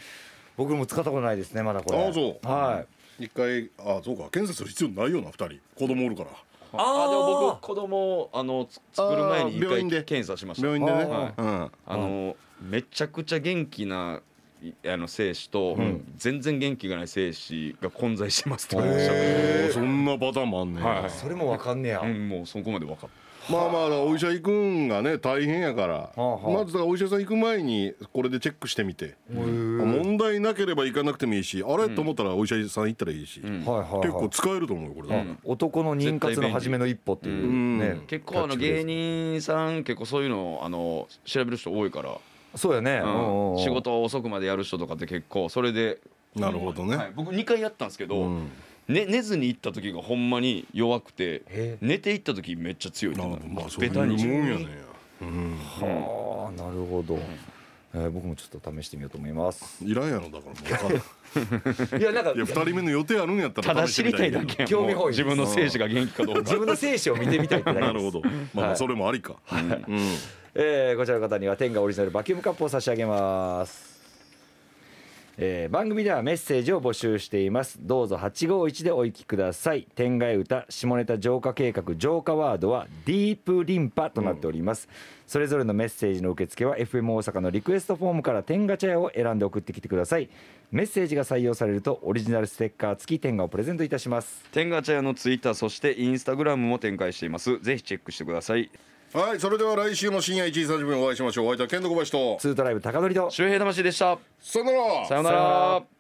Speaker 3: 僕も使ったことないですねまだこれ
Speaker 2: あそう
Speaker 3: はい
Speaker 2: 一回あそうか検査する必要ないよな二人子供おるから
Speaker 4: あでも僕子供をあのつ作る前に
Speaker 2: あー病院
Speaker 4: 一
Speaker 2: で
Speaker 4: 回検査しました
Speaker 2: 病院でね、
Speaker 4: はい
Speaker 2: うん
Speaker 4: あのめちゃくちゃ元気ないあの精子と、全然元気がない精子が混在してますって言われました
Speaker 2: へーそんなパターンもあんねん、
Speaker 4: はい
Speaker 3: それもわかんねえや、
Speaker 4: うん、もうそこまで分かっ
Speaker 2: まあまあお医者行くんがね大変やから、
Speaker 3: あはあ
Speaker 2: まずだからお医者さん行く前にこれでチェックしてみて、問題なければ行かなくてもいいしあれ、と思ったらお医者さん行ったらいいし、
Speaker 3: はいはいはい、
Speaker 2: 結構使えると思うよこれ、
Speaker 4: ん
Speaker 3: 男の妊活の初めの一歩っていう、
Speaker 2: ん
Speaker 3: ね
Speaker 2: うん
Speaker 4: た結構あの芸人さん結構そういうのあの調べる人多いから、
Speaker 3: そうやね、
Speaker 4: う
Speaker 3: うんうん
Speaker 4: ん
Speaker 3: うん
Speaker 4: 仕事を遅くまでやる人とかって結構それで、
Speaker 2: なるほどね、
Speaker 4: はい、僕2回やったんですけど、
Speaker 2: うん
Speaker 4: ね、寝ずに行った時がほんまに弱く
Speaker 3: へ
Speaker 4: て寝て行った時めっちゃ強いって
Speaker 2: あ
Speaker 4: な
Speaker 2: まあそう
Speaker 4: ベ
Speaker 2: いう
Speaker 4: タ
Speaker 2: もん
Speaker 4: に
Speaker 2: やね
Speaker 3: ああなるほど、えー僕もちょっと試してみようと思います
Speaker 2: いらんやろだからもう
Speaker 3: いやなんか
Speaker 2: いや二人目の予定あるんやった
Speaker 4: た
Speaker 2: ら
Speaker 4: だ
Speaker 2: 試
Speaker 4: 知り
Speaker 2: してみ
Speaker 4: たい
Speaker 2: けど
Speaker 4: だけやん
Speaker 3: 興味本位
Speaker 4: もう自分の精子が元気かどうか
Speaker 3: 自分の精子を見てみたいってだけで
Speaker 2: な
Speaker 3: す
Speaker 2: るほどまあま
Speaker 3: は
Speaker 2: あ
Speaker 3: い
Speaker 2: それもありか、うん
Speaker 3: えーこちらの方には天下オリジナルバキュームカップを差し上げますえー番組ではメッセージを募集していますどうぞ851でお聞きください天外歌下ネタ浄化計画浄化ワードはディープリンパとなっております、それぞれのメッセージの受付は FM 大阪のリクエストフォームから天下茶屋を選んで送ってきてくださいメッセージが採用されるとオリジナルステッカー付き天下をプレゼントいたします
Speaker 4: 天ガ茶屋のツイッターそしてインスタグラムも展開していますぜひチェックしてください
Speaker 2: はいそれでは来週も深夜1時30分お会いしましょうお相手はケンド小林と
Speaker 3: ツートライブ高取と
Speaker 4: 周平魂でした
Speaker 2: さよなら
Speaker 4: さような
Speaker 3: さような
Speaker 4: ら
Speaker 3: ら